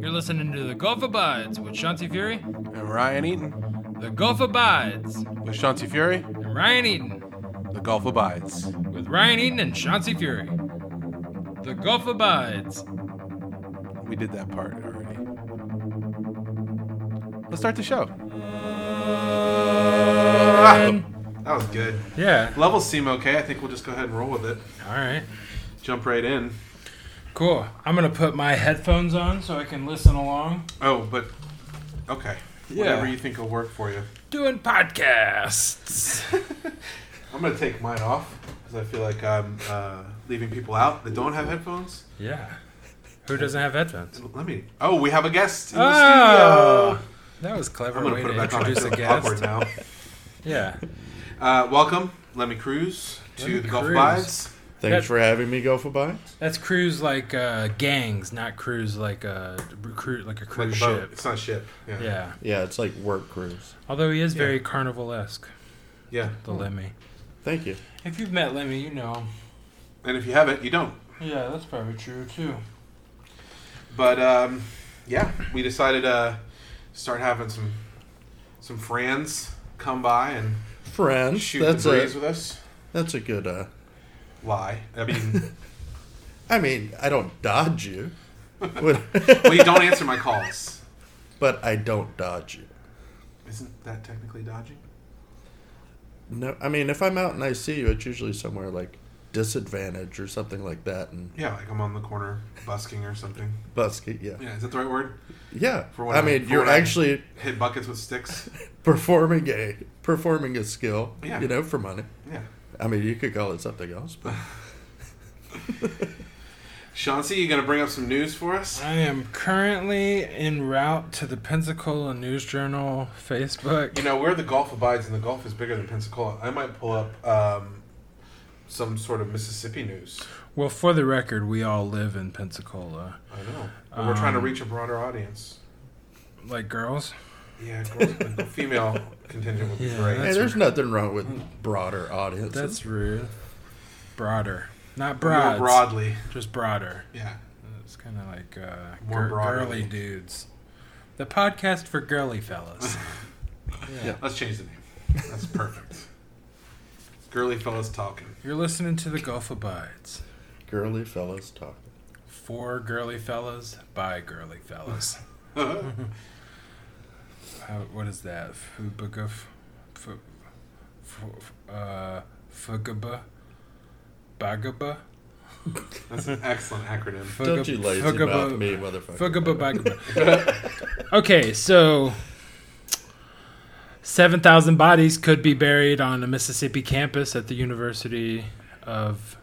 You're listening to The Gulf Abides with Shanti Fury. And Ryan Eaton The Gulf Abides with Shanti Fury, and Ryan Eaton The Gulf Abides. with Ryan Eaton and Shanti Fury. The Gulf Abides. We did that part already. Let's start the show. Ah! That was good. Yeah. Levels seem okay. I think we'll just go ahead and roll with it. All right. Jump right in. Cool. I'm going to put my headphones on so I can listen along. Oh, but okay. Yeah. Whatever you think will work for you. Doing podcasts. I'm gonna take mine off because I feel like I'm uh, leaving people out that don't have headphones. yeah. Who doesn't have headphones? Let me. Oh, we have a guest in the Oh, studio. that was a clever I'm gonna way put it to back on. I introduce a feel awkward guest. now. Yeah. Uh, welcome, Lemmy Cruz, to Lemmy the Gulf Cruz. Vibes. Thanks That- for having me, Gopher Bye. That's cruise like uh, gangs, not cruise like a recruit like a Like a cruise boat. ship. It's not a ship. Yeah. Yeah. Yeah, it's like work cruise. Although he is very carnival esque, Yeah. the Lemmy. Thank you. Hmm. If you've met Lemmy, you know. And if you haven't, you don't. Yeah, that's probably true too. But um, yeah, we decided to start having some some friends come by and Friends. shoot that's the breeze a with us. that's a good. uh Lie. I mean, I mean, I don't dodge you, but, well, you don't answer my calls. but I don't dodge you. Isn't that technically dodging? No, I mean, if I'm out and I see you, it's usually somewhere like disadvantage or something like that, and Yeah, like I'm on the corner busking or something. busket. Yeah, Yeah, is that the right word? yeah. For what I I'm- mean, for you're what I'm- actually Hit buckets with sticks. performing a performing a skill. Yeah. you know, for money. Yeah. I mean, you could call it something else, but Chauncey, you gonna bring up some news for us? I am currently en route to the Pensacola News Journal You Facebook. know where the Gulf abides, and the Gulf is bigger than Pensacola. I might pull up um, some sort of Mississippi news. Well, for the record, we all live in Pensacola. I know. But we're Um, trying to reach a broader audience. Like girls? Yeah, girls, the female contingent would be Yeah, hey, great. that's- there's nothing wrong with broader audiences. That's rude. Broader. Not More broad. broadly, Just broader. yeah. It's kind of like uh, More gir- girly broadly. dudes. The podcast for girly fellas. Yeah. Let's change the name. That's perfect. Girly fellas talking. You're listening to The Gulf Abides. girly fellas talking. For girly fellas, by girly fellas. How, what is that? Fubuga. f- fu- fu- f- uh, Fuguba? Bagaba? That's an excellent acronym. Don't you lazy mouth me, motherfucker. Fuguba Bagaba. okay, so. 7,000 bodies could be buried on a Mississippi campus at the University of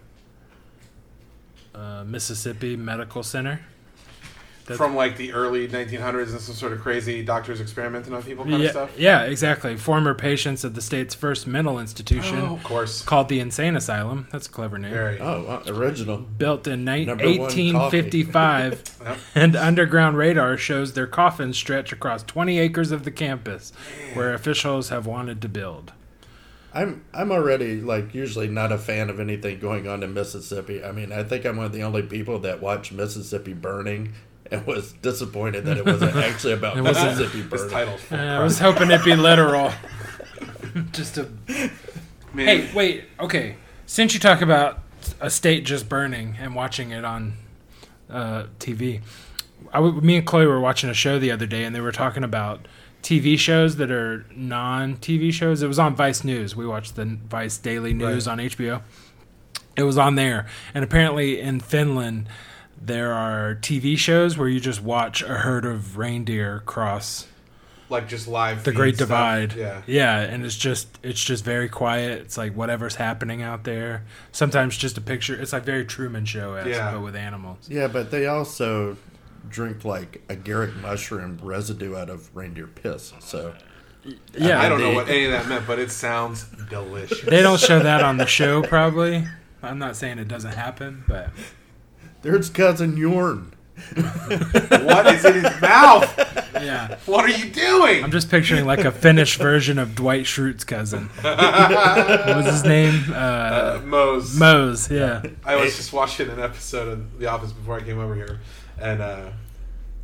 uh, Mississippi Medical Center. That's- From like the early 1900s and some sort of crazy doctors experimenting on people kind yeah, of stuff. yeah, exactly. Former patients of the state's first mental institution Oh, of course. called the Insane Asylum. That's a clever name. Very. Oh, wow, original. Built in ni- Number one 1855, Yep. and underground radar shows their coffins stretch across 20 acres of the campus where officials have wanted to build. I'm I'm already like usually not a fan of anything going on in Mississippi. I mean, I think I'm one of the only people that watched Mississippi Burning and was disappointed that it wasn't actually about wasn't- Mississippi This Burning. title's full. Yeah, Uh, I was hoping it'd be literal. Just a. Man, Hey, wait. Okay. Since you talk about a state just burning and watching it on uh, TV, I w- me and Chloe were watching a show the other day, and they were talking about TV shows that are non-TV shows. It was on Vice News. We watched the Vice Daily News on HBO. It was on there, and apparently in Finland, there are TV shows where you just watch a herd of reindeer cross like just live. the feed Great stuff. Divide. Yeah. yeah, and it's just it's just very quiet. It's like whatever's happening out there. Sometimes just a picture. It's like very Truman Show esque, Yeah. but with animals. Yeah, but they also drink like a agaric mushroom residue out of reindeer piss. So Yeah, I don't know They- what any of that meant, but it sounds delicious. They don't show that on the show, probably. I'm not saying it doesn't happen, but there's cousin Yorn. what is in his mouth? yeah, What are you doing? I'm just picturing like a Finnish version of Dwight Schrute's cousin. what was his name? Uh, Uh, Moe's. Mose. Yeah, I was just watching an episode of The Office before I came over here, and uh,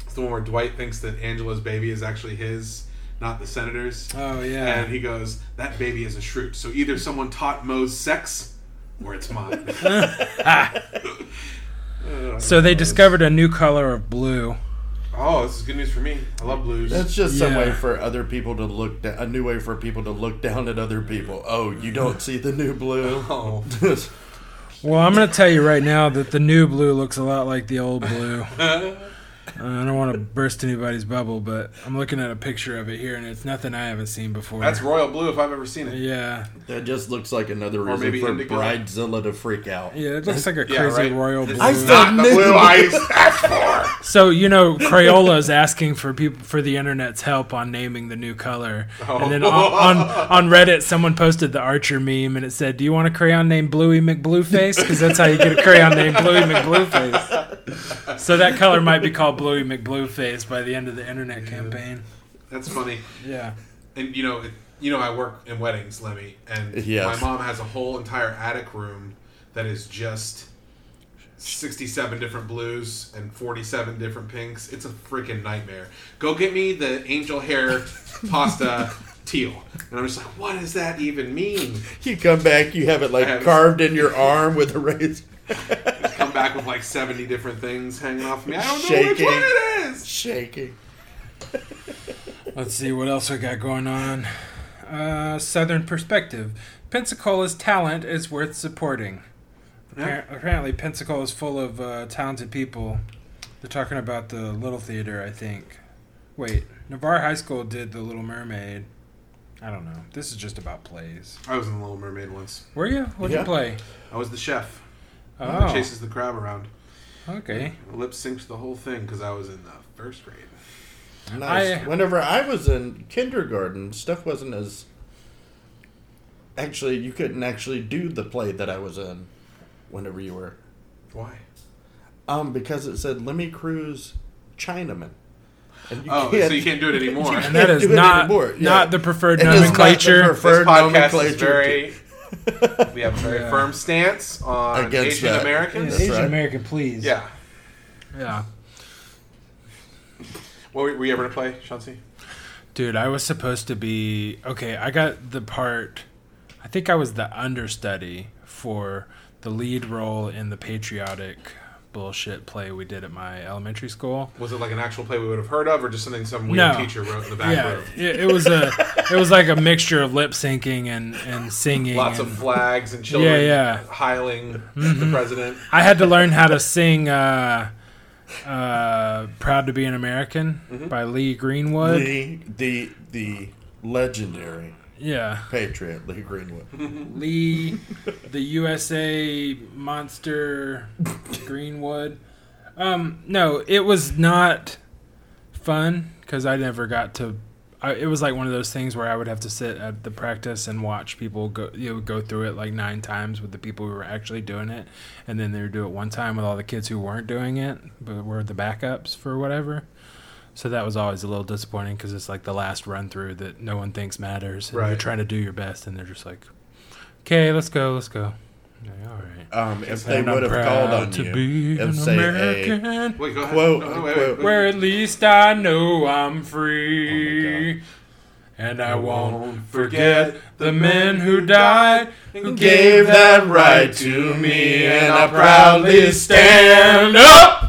It's the one where Dwight thinks that Angela's baby is actually his, not the senator's. Oh yeah. And he goes, "That baby is a shroot. So either someone taught Moe's sex, or it's mine." Uh, Ah. so they discovered a new color of blue. Oh, this is good news for me. I love blues. That's just some Yeah. way for other people to look down, a new way for people to look down at other people. Oh, you don't see the new blue. oh. Well, I'm going to tell you right now that the new blue looks a lot like the old blue. Uh, I don't want to burst anybody's bubble, but I'm looking at a picture of it here, and it's nothing I haven't seen before. That's royal blue if I've ever seen it. yeah, that just looks like another Or reason maybe for indigo. Bridezilla to freak out. yeah, it looks like a Yeah, crazy right. royal This blue. is not the knew- blue eyes. asked for. So you know, Crayola is asking for people for the internet's help on naming the new color, and then on, on on Reddit, someone posted the Archer meme, and it said, "Do you want a crayon named Bluey McBlueface? Because that's how you get a crayon named Bluey McBlueface." So that color might be called Bluey McBlueface by the end of the internet campaign. That's funny. Yeah, and you know, it, you know, I work in weddings, Lemmy, and Yes. my mom has a whole entire attic room that is just sixty-seven different blues and forty-seven different pinks. It's a freaking nightmare. Go get me the angel hair pasta teal, and I'm just like, what does that even mean? You come back, you have it like I have it. carved in your arm with a razor, Come back with like seventy different things hanging off me. I don't know which Shaking. one it is. shaking. Let's see what else we got going on. Uh, Southern Perspective. Pensacola's talent is worth supporting. Appar- Apparently, Pensacola is full of uh, talented people. They're talking about the Little Theater, I think. Wait, Navarre High School did The Little Mermaid. I don't know. This is just about plays. I was in The Little Mermaid once. Were you? What'd Yeah. you play? I was the chef who Oh, chases the crab around. okay. Lip syncs the whole thing because I was in the first grade. Nice. I- Whenever I was in kindergarten, stuff wasn't as. Actually, you couldn't actually do the play that I was in. Whenever you were, Why? um, because it said Lemmy Cruz, Chinaman. And you Oh, so you can't do it anymore. And that is do it not anymore, yeah. not the preferred It is not the nomenclature. preferred- this podcast is nomenclature. very. We have a very Yeah. firm stance on Against Asian that. Yeah, Americans. That's Asian right. American, please. Yeah. Yeah. What were, were you ever to play, Chauncey? Dude, I was supposed to be okay. I got the part. I think I was the understudy for the lead role in the patriotic bullshit play we did at my elementary school. Was it like an actual play we would have heard of, or just something some weird No. teacher wrote in the back yeah, room? it, it was a it was like a mixture of lip syncing and and singing. Lots of and- flags and children yeah. Mm-hmm. hiling the president. I had to learn how to sing uh, uh, "Proud to Be an American" Mm-hmm. by Lee Greenwood. the the the legendary Yeah, Patriot Lee Greenwood. Lee, the USA monster, Greenwood. Um, no, it was not fun because I never got to. I, it was like one of those things where I would have to sit at the practice and watch people go, you know, go through it like nine times with the people who were actually doing it, and then they would do it one time with all the kids who weren't doing it but were the backups for whatever. So that was always a little disappointing because it's like the last run through that no one thinks matters. And You're Right. trying to do your best, and they're just like, "Okay, let's go, let's go." Like, all right. Um, if they And I'm would have proud called on to you be and an say American, a Wait, go ahead. Quote, No, no, wait, unquote. wait, where wait. at least I know I'm Oh free, and I won't won't forget forget the men who died, who gave that right to me, and I proudly stand up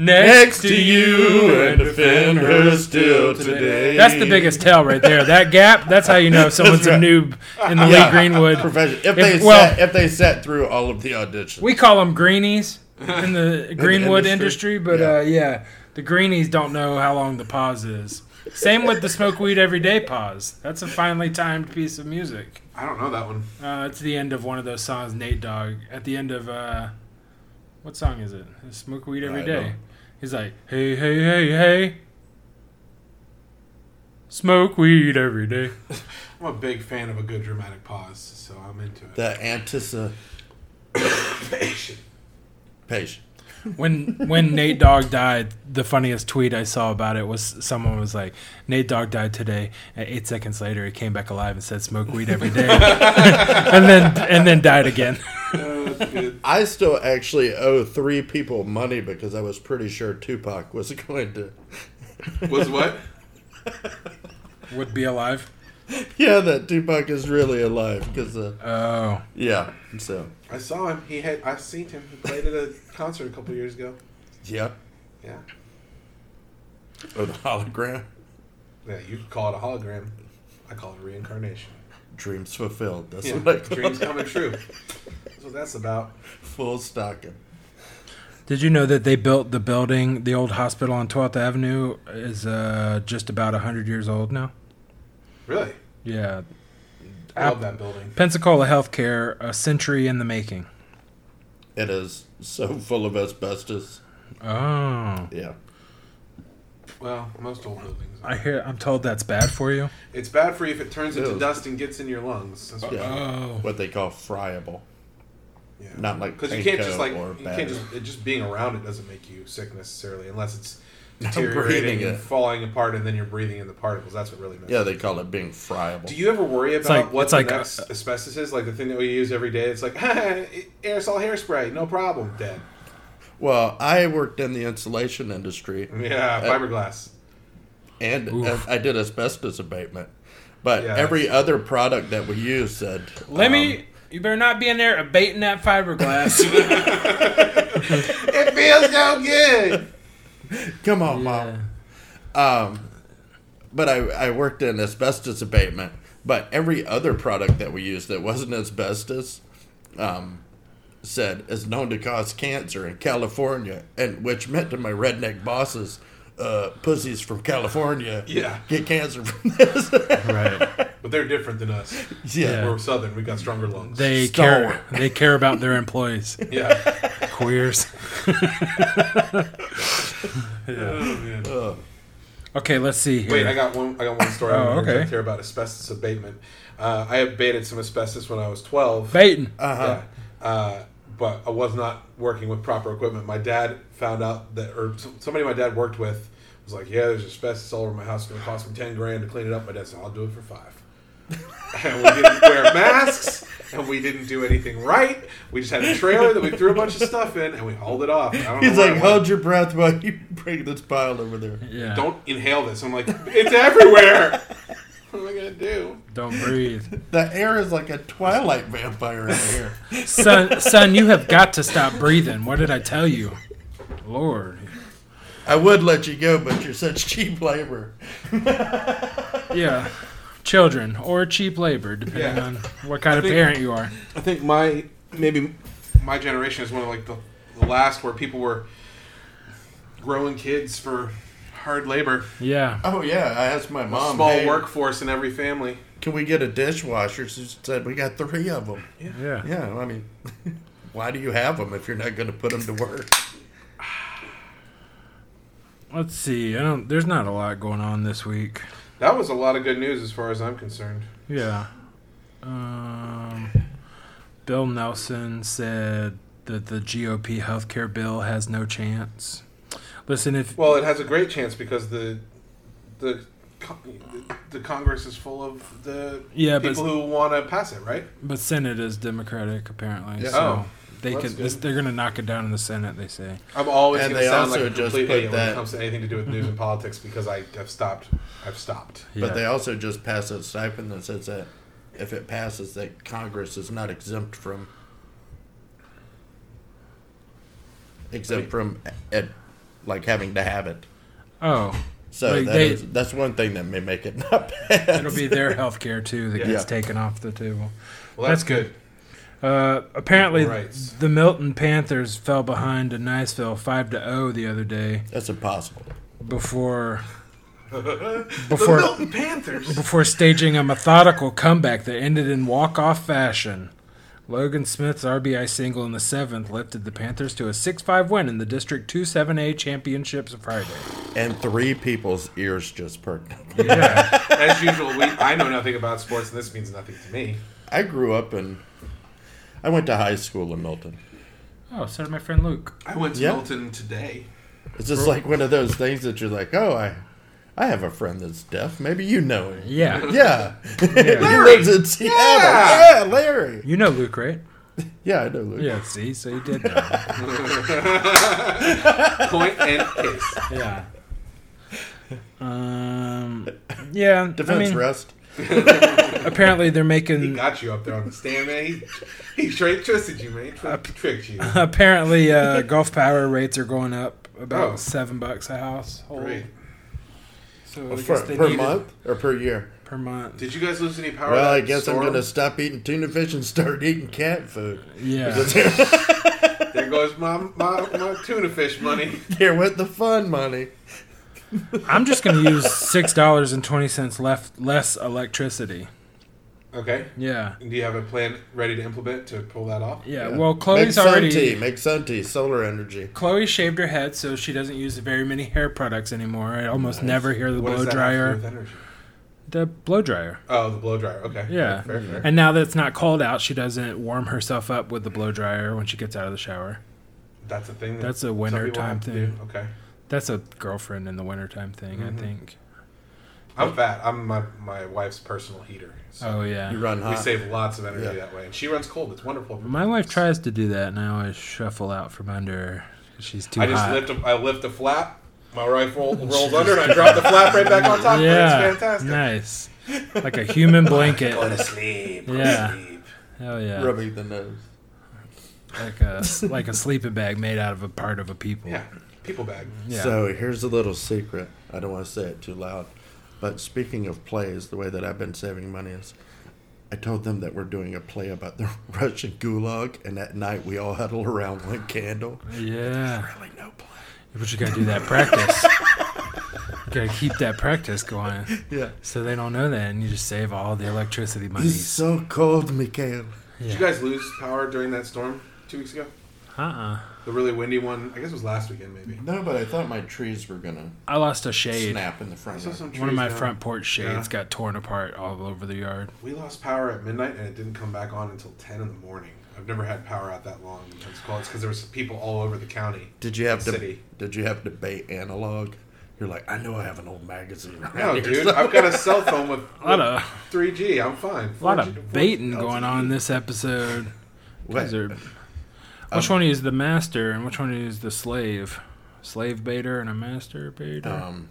next to you and defend her still today. That's the biggest tell right there. That gap. That's how you know someone's right. a noob in the Lee Yeah. Greenwood. profession. If they If- well- sat, if they sat through all of the auditions, We call them greenies in the Greenwood industry. industry, but Yeah. Uh, yeah, the greenies don't know how long the pause is. Same with the smoke weed every day pause. That's a finely timed piece of music. I don't know that one. Uh, it's the end of one of those songs, Nate Dogg. At the end of uh, what song is it? It's smoke weed every I day. don't- He's like, hey, hey, hey, hey, smoke weed every day. I'm a big fan of a good dramatic pause, so I'm into it. the anticipation. When when Nate Dogg died, the funniest tweet I saw about it was someone was like, "Nate Dogg died today." And eight seconds later, he came back alive and said, "Smoke weed every day," and then and then died again. Uh, that's good. I still actually owe three people money because I was pretty sure Tupac was going to. Was what? Would be alive. yeah, that Tupac is really alive because uh, Oh, yeah. So I saw him. He had. I seen him. He played at a concert a couple years ago. yeah, Yeah. or the hologram, Yeah. You could call it a hologram. I call it reincarnation. dreams fulfilled. That's Yeah. what I call Dreams it. coming true. That's what that's about. Full stocking. did you know that they built the building, the old hospital on 12th Avenue, is uh, just about hundred years old now? Really. Yeah, I love that building. Pensacola Healthcare, a century in the making. It is so full of asbestos. Oh, Yeah. Well, most old buildings. I hear. I'm told that's bad for you. It's bad for you if it turns into Ew. dust and gets in your lungs. That's what- Yeah. Oh, What they call friable. yeah. Not like Because you can't just panko like or you can't batter. just it just being around it doesn't make you sick necessarily unless it's Not deteriorating breathing and it. falling apart and then you're breathing in the particles. That's what really messes. Yeah, they call it being friable. Do you ever worry about like- what it's the like, next uh, asbestos is? Like the thing that we use every day. It's like aerosol hairspray, no problem, dead. well, I worked in the insulation industry Yeah, Uh, fiberglass. and uh, Oof. I did asbestos abatement. But Yeah, every other product that we used said let um, me. You better not be in there abating that fiberglass. it feels so good. Come on, mom. Um, but I, I worked in asbestos abatement. But every other product that we used that wasn't asbestos, um, said is known to cause cancer in California, and which meant to my redneck bosses, uh, pussies from California, Yeah. get cancer from this. right. But they're different than us. yeah. We're southern. We got stronger lungs. They care. They care about their employees. yeah. Queers. Oh, man. Uh, Okay, let's see here. Wait, I got one. I got one story. I Oh, want to okay. Care about asbestos abatement. Uh, I abated some asbestos when I was twelve. Baiting. uh-huh. Yeah. Uh, but I was not working with proper equipment. My dad found out that, or s- somebody my dad worked with was like, "Yeah, there's asbestos all over my house. It's gonna cost me ten grand to clean it up." My dad said, "I'll do it for five. and we didn't wear masks, and we didn't do anything right. We just had a trailer that we threw a bunch of stuff in, and we hauled it off. I don't know He's where like, I went. hold your breath while you bring this pile over there. Yeah. Don't don't inhale this." I'm like, "It's everywhere. what am I gonna do?" don't breathe, The air is like a twilight vampire in here. son. Son, you have got to stop breathing. What did I tell you? Lord. I would let you go, but you're such cheap labor. Yeah. Children or cheap labor, depending Yeah. on what kind of think- parent you are. I think my maybe my generation is one of like the, the last where people were growing kids for hard labor, Yeah. Oh yeah, I asked my mom. small "Hey, workforce in every family. Can we get a dishwasher? She said we got three of them. Yeah. Yeah, I mean, why do you have them if you're not going to put them to work? Let's see. I don't. There's not a lot going on this week. That was a lot of good news as far as I'm concerned. Yeah. Um, Bill Nelson said that the GOP healthcare bill has no chance. Listen, if Well, it has a great chance because the the co- the Congress is full of the yeah, but people who want to pass it, right? but Senate is Democratic apparently. Yeah. So Oh, they that's can. This, good. they're gonna knock it down in the Senate. They say. I'm always And going to they sound also like a just complete put idiot when it that- comes to anything to do with news and politics because I have stopped. I've stopped. Yeah. But they also just passed a stipend that says that if it passes, that Congress is not exempt from exempt from e-, ed, like having to have it. oh, So Like, that they- is- that's one thing that may make it not pass. it'll be their healthcare too that Yeah. gets Yeah. taken off the table. Well, That's good. Uh, apparently, Equal rights. the Milton Panthers fell behind to Niceville five to zero the other day That's impossible. before The before Milton Panthers. before staging a methodical comeback that ended in walk-off fashion. Logan Smith's RBI single in the seventh lifted the Panthers to a 6-5 win in the District 2-7A championships Friday. And three people's ears just perked up. Yeah, As usual, we, I know nothing about sports, and this means nothing to me. I grew up in. I went to high school in Milton. oh, so did my friend Luke. I went to Yeah. Milton today. It's just like one of those things that you're like, oh, I, I have a friend that's deaf. Maybe you know him. Yeah, Yeah, he Yeah. lives in Seattle. Yeah, Larry. you know Luke, right? Yeah, I know. Luke. Yeah, see, so you did know. Point and case. yeah. Um. Yeah. Defense I mean, rest. apparently they're He making. got you up there on the stand, man. He, he straight twisted you, man. He tri- tricked you. Apparently, uh, golf power rates are going up about Oh. seven bucks a household. Great. So I guess For, they per needed- month or per year? Per month. Did you guys lose any power? Well, that I guess I'm storm? going to stop eating tuna fish and start eating cat food. Yeah. There goes my, my my tuna fish money. Here with the fun money. I'm just going to use six dollars and twenty cents left less electricity. Okay. Yeah. Do you have a plan ready to implement to pull that off? Yeah. Yeah. Well, Chloe's Make sun already. tea. Make sun tea. Solar energy. Chloe shaved her head, so she doesn't use very many hair products anymore. I almost never hear the What blow does that have to do dryer. with energy? The blow dryer. Oh, the blow dryer. Okay. Yeah. Fair, fair. And now that it's not cold out, she doesn't warm herself up with the blow dryer when she gets out of the shower. That's a thing. That That's a some winter people time have to thing. do. Mm-hmm. Okay. That's a girlfriend in the wintertime thing, I think. I'm fat. I'm my, my wife's personal heater. So Oh yeah. You run we hot. save lots of energy Yeah. that way. And she runs cold. It's wonderful. My wife tries to do that, and I always shuffle out from under her. 'cause She's too I just hot. lift a, I lift the flap. My rifle rolls under, and I drop the flap right back on top. of her. yeah, It's fantastic. nice, like a human blanket. Go to sleep. Go Yeah. to sleep. Hell yeah, Rubbing the nose. like a like a sleeping bag made out of a part of a people. Yeah. People bag. Yeah. So here's a little secret. I don't want to say it too loud, but speaking of plays, the way that I've been saving money is, I told them that we're doing a play about the Russian Gulag, and at night we all huddle around one candle. yeah. Really no play. But you gotta do that practice. you gotta keep that practice going, Yeah. so they don't know that, and you just save all the electricity money. It's so cold, Mikhail. Yeah. Did you guys lose power during that storm two weeks ago? uh-uh. The really windy one. I guess it was last weekend, maybe. No, but I thought my trees were gonna I lost a shade. snap in the I front. saw some trees One of my down. front porch shades Yeah. got torn apart all over the yard. We lost power at midnight, and it didn't come back on until ten in the morning. I've never had power out that long in Pensacola. It's because there was people all over the county. Did you have to? City. Did you have debate analog? You're like, I know I have an old magazine. Around No, here dude, somewhere." I've got a cell phone with A lot of three G. I'm fine. a lot 4G of baiting going on this episode. Wait, Guys are- which one is the master and which one is the slave? Slave baiter and a master baiter. um,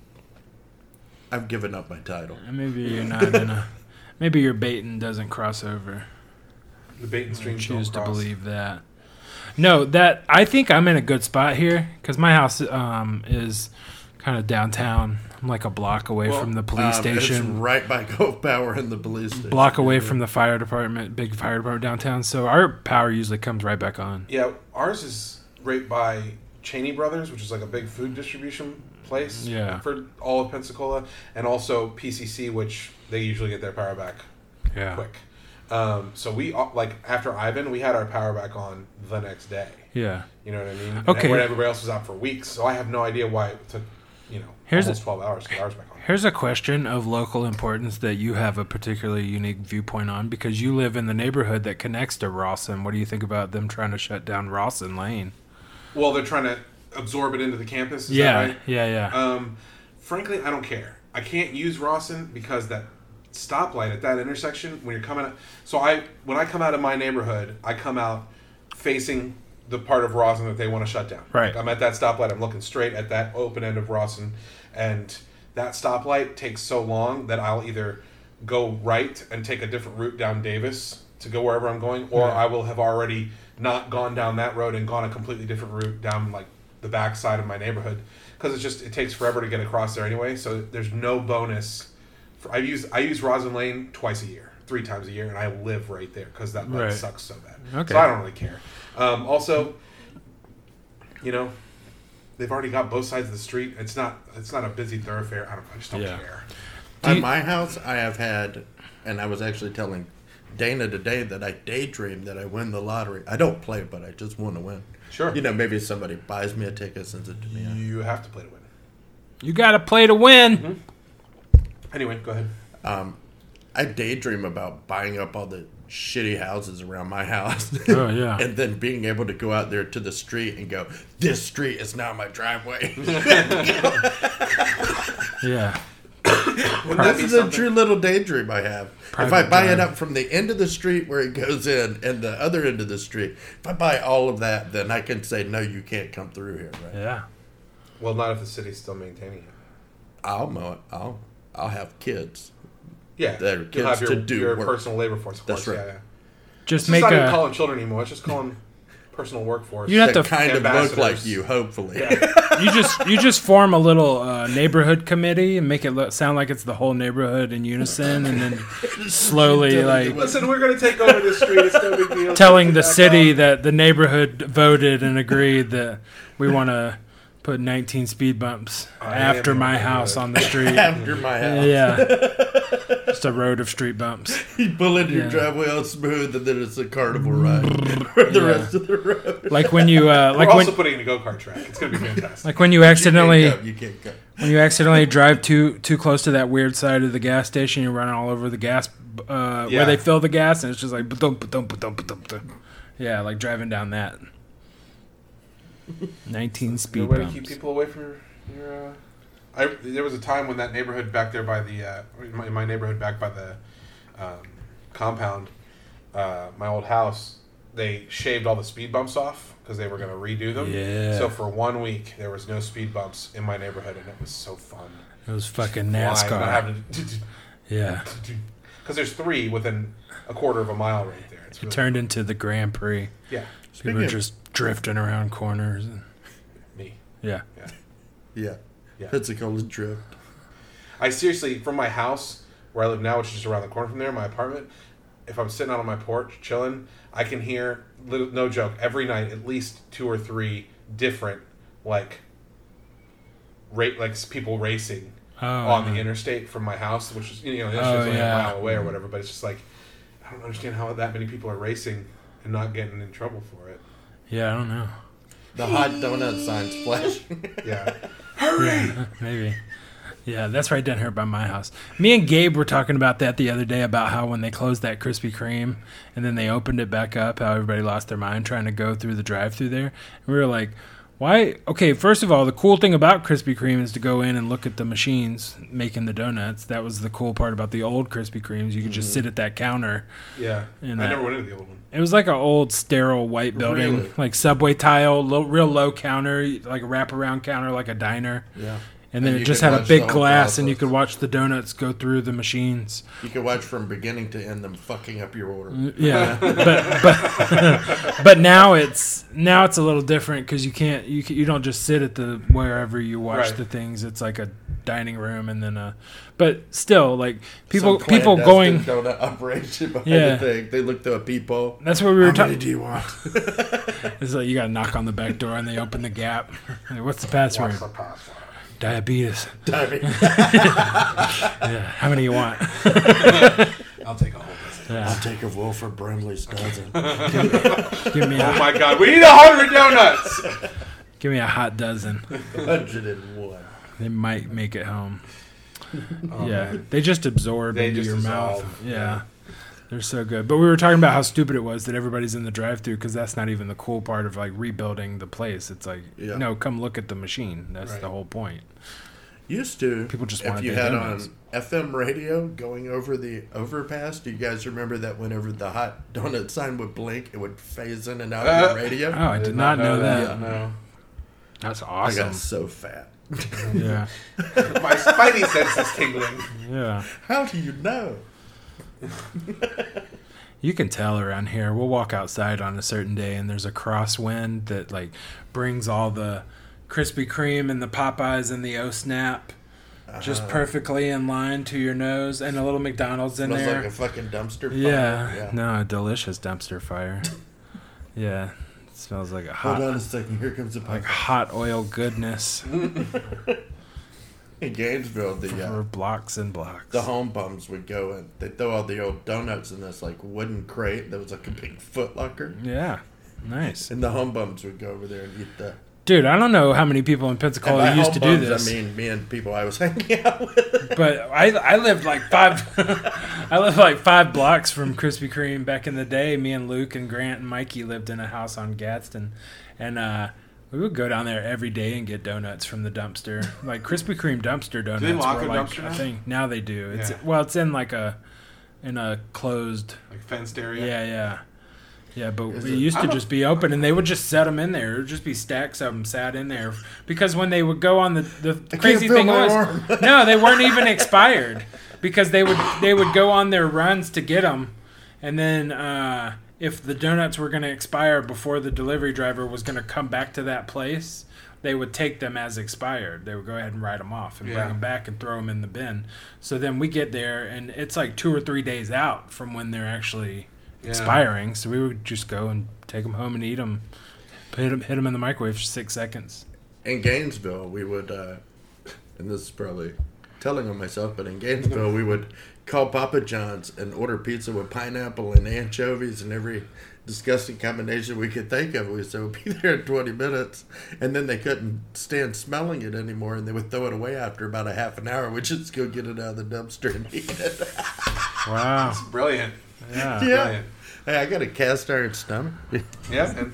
I've given up my title. And maybe you're not in a. Maybe your baiting doesn't cross over. The bait and I stream. choose to believe that. No, that I think I'm in a good spot here because my house um, is kind of downtown. I'm like a block away Well, from the police Um, it's station, right by Gulf Power and the police station. block away from the fire department, big fire department downtown. So our power usually comes right back on. Yeah, ours is right by Cheney Brothers, which is like a big food distribution place Yeah. for all of Pensacola, and also PCC, which they usually get their power back Yeah. quick. Um, so we all- like after Ivan, we had our power back on the next day. Yeah. You know what I mean? Okay. When everybody else was out for weeks, so I have no idea why it took you know Here's almost a- twelve hours to get ours back on. Here's a question of local importance that you have a particularly unique viewpoint on because you live in the neighborhood that connects to Rawson. What do you think about them trying to shut down Rawson Lane? Well, they're trying to absorb it into the campus. Is yeah, That right? yeah, yeah, Um, frankly, I don't care. I can't use Rawson because that stoplight at that intersection when you're coming. Out, so I when I come out of my neighborhood, I come out facing the part of Rawson that they want to shut down. Right. I'm at that stoplight. I'm looking straight at that open end of Rawson, and that stoplight takes so long that I'll either go right and take a different route down Davis to go wherever I'm going, or I will have already not gone down that road and gone a completely different route down like the back side of my neighborhood because it's just it takes forever to get across there anyway. So there's no bonus. For, I use I use Rosin Lane twice a year, three times a year, and I live right there because that light Right. sucks so bad. Okay. So I don't really care. Um, also, you know, they've already got both sides of the street. It's not it's not a busy thoroughfare. I don't. I just don't Yeah. care. Do At you- my house, I have had, and I was actually telling Dana today that I daydream that I win the lottery. I don't play, but I just want to win. Sure. You know, maybe somebody buys me a ticket, sends it to me. You have to play to win. You got to play to win. Anyway, go ahead. I daydream about buying up all the shitty houses around my house. Oh, yeah. and then being able to go out there to the street and go, this street is now my driveway. Yeah. Wouldn't that This be is a something? true little daydream I have. if I Private buy it drive. up from the end of the street where it goes in and the other end of the street, if I buy all of that, then I can say, no, you can't come through here, right? Yeah. Well, not if the city's still maintaining it. I'll mow it. I'll, I'll have kids. Yeah, There are you'll kids have your, to do your work. personal labor force. Of That's course. right. Yeah, yeah. Just It's make not even a. calling children anymore. It's just calling personal workforce. You have That to- kind of look Ambassadors. like you, hopefully. You just you just form a little uh, neighborhood committee and make it look, sound like it's the whole neighborhood in unison, and then slowly like Listen, we're going to take over this street. It's no big deal. telling Take the it back city off. that the neighborhood voted and agreed that we want to put 19 speed bumps I after am my on house board. on the street. After my house. yeah, just a road of street bumps. You pull into Yeah. your driveway all smooth and then it's a carnival ride. or the Yeah. rest of the road. Like when you uh, We're like also when putting in a go kart track. It's going to be fantastic. like when you accidentally You can't go. You can't go. when you accidentally drive too too close to that weird side of the gas station, you run all over the gas uh, Yeah. where they fill the gas, and it's just like ba-dum, ba-dum, ba-dum, ba-dum, ba-dum. yeah, like driving down that 19 Good speed way to bumps. keep people away from your. your uh... I, there was a time when that neighborhood back there by the uh, in my, in my neighborhood back by the um, compound, uh, my old house, they shaved all the speed bumps off because they were going to redo them. Yeah. So for one week there was no speed bumps in my neighborhood, and it was so fun. It was fucking Flying, not NASCAR. having to- Yeah. Because there's three within a quarter of a mile right there. It's It really, turned into the Grand Prix. yeah, People Speaking were of- just drifting around corners. And, me. yeah. Yeah. Yeah. Pensacola drift. I seriously, from my house where I live now, which is just around the corner from there, my apartment. If I'm sitting out on my porch chilling, I can hear li- no joke every night at least two or three different like rate like s- people racing Oh, on yeah. the interstate from my house, which is you know the Oh, interstate's only yeah. a mile away or whatever. But it's just like I don't understand how that many people are racing and not getting in trouble for it. yeah, I don't know. The hot donut signs flashing. Yeah. Yeah, maybe. Yeah, that's right down here by my house. Me and Gabe were talking about that the other day about how when they closed that Krispy Kreme and then they opened it back up, how everybody lost their mind trying to go through the drive through there. And we were like, why? Okay, first of all, the cool thing about Krispy Kreme is to go in and look at the machines making the donuts. That was the cool part about the old Krispy Kremes. You could Mm-hmm. just sit at that counter Yeah, And I that- never went into the old one. It was like an old sterile white building, Really? like subway tile, low, real low counter, like a wraparound counter, like a diner. yeah. And then And it you just could had a watch big the glass, whole and you process. could watch the donuts go through the machines. You can watch from beginning to end them fucking up your order. Yeah, but but but now it's now it's a little different because you can't you can, you don't just sit at the wherever you watch Right. the things. It's like a dining room and then a, but still like people Some people clandestine going. donut operation behind Yeah. the thing. They look through a peephole. That's what we were How many talking. do you want? It's like you got to knock on the back door and they open the gap. Like, What's the password? What's the password? Diabetes. Timing. Yeah. How many you want? I'll take a whole dozen. Yeah. Take a wolf for Brimley's dozen. Give me Oh a my god, we need a hundred donuts. give me a hot dozen. 101. They might make it home. yeah, they just absorb Oh, They into just your mouth. dissolve, Yeah. they're so good. But we were talking about how stupid it was that everybody's in the drive-through because that's not even the cool part of like rebuilding the place. It's like, Yeah. no, come look at the machine. That's Right. the whole point. Used to. People just if wanted you their had donuts. on FM radio going over the overpass. Do you guys remember that? Whenever the hot donut sign would blink, it would phase in and out Uh, of the radio. Oh, I did, not, know that. No. That's I awesome. got so fat. Yeah, My spidey sense is tingling. yeah. How do you know? You can tell around here. We'll walk outside on a certain day, and there's a crosswind that like brings all the Krispy Kreme and the Popeyes and the O Snap just Uh-huh. perfectly in line to your nose, and a little McDonald's in Smells there. like a fucking dumpster fire. yeah, Yeah. no, a delicious dumpster fire. yeah, it smells like a Hold hot, on a second. Here comes a like punk. hot oil goodness Mm. In Gainesville, the for uh, blocks and blocks. the home bums would go and they throw all the old donuts in this like wooden crate that was like a big foot locker. yeah, nice, And the home bums would go over there and eat the. dude. I don't know how many people in And Pensacola by used to home do bums, this. I mean, me and people I was hanging out with. But I I lived like five I lived like five blocks from Krispy Kreme back in the day. Me and Luke and Grant and Mikey lived in a house on Gadsden, and uh, We would go down there every day and get donuts from the dumpster, like Krispy Kreme dumpster donuts. lock were a like dumpster a now? thing. Now they do. It's Yeah. well, it's in like a in a closed. like fenced area. Yeah, yeah, yeah. but Is it, it- used to I'm a- just be open, and they would just set them in there. It would just be stacks of them sat in there because when they would go on the the can't crazy feel thing my was, arm. no, they weren't even expired because they would they would go on their runs to get them, and then uh, if the donuts were going to expire before the delivery driver was going to come back to that place, they would take them as expired. They would go ahead and write them off and bring Yeah. them back and throw them in the bin. So then we get there and it's like two or three days out from when they're actually Yeah. expiring. So we would just go and take them home and eat them. Hit them, hit them in the microwave for six seconds. in Gainesville, we would, uh, and this is probably telling on myself, but in Gainesville, we would call Papa John's and order pizza with pineapple and anchovies and every disgusting combination we could think of. We said we'd be there in 20 minutes, and then they couldn't stand smelling it anymore, and they would throw it away after about a half an hour. We'd just go get it out of the dumpster and eat it. Wow. Brilliant. Yeah, yeah. Brilliant. Hey, I got a cast iron stomach. Yeah. And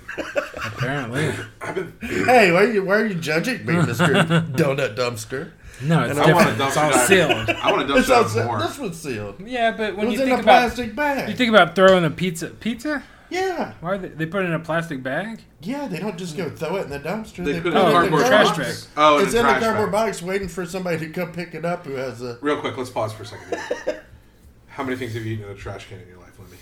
apparently. I've been, hey, why are you, why are you judging me, Mr. Donut Dumpster? No, it's And I want a different. It's dumpster all diver. sealed. I want to This, dump out was- more. this was sealed. Yeah, but It when was you in think a about plastic bag. you think about throwing a pizza pizza, yeah, why are they, they put it in a plastic bag? yeah. They don't just go throw it in the dumpster. They put in it a the cardboard garbage. trash bag. Oh, in it's a in a trash cardboard bag. box waiting for somebody to come pick it up who has a. Real quick, let's pause for a second. here. How many things have you eaten in a trash can in your life, Lemmy?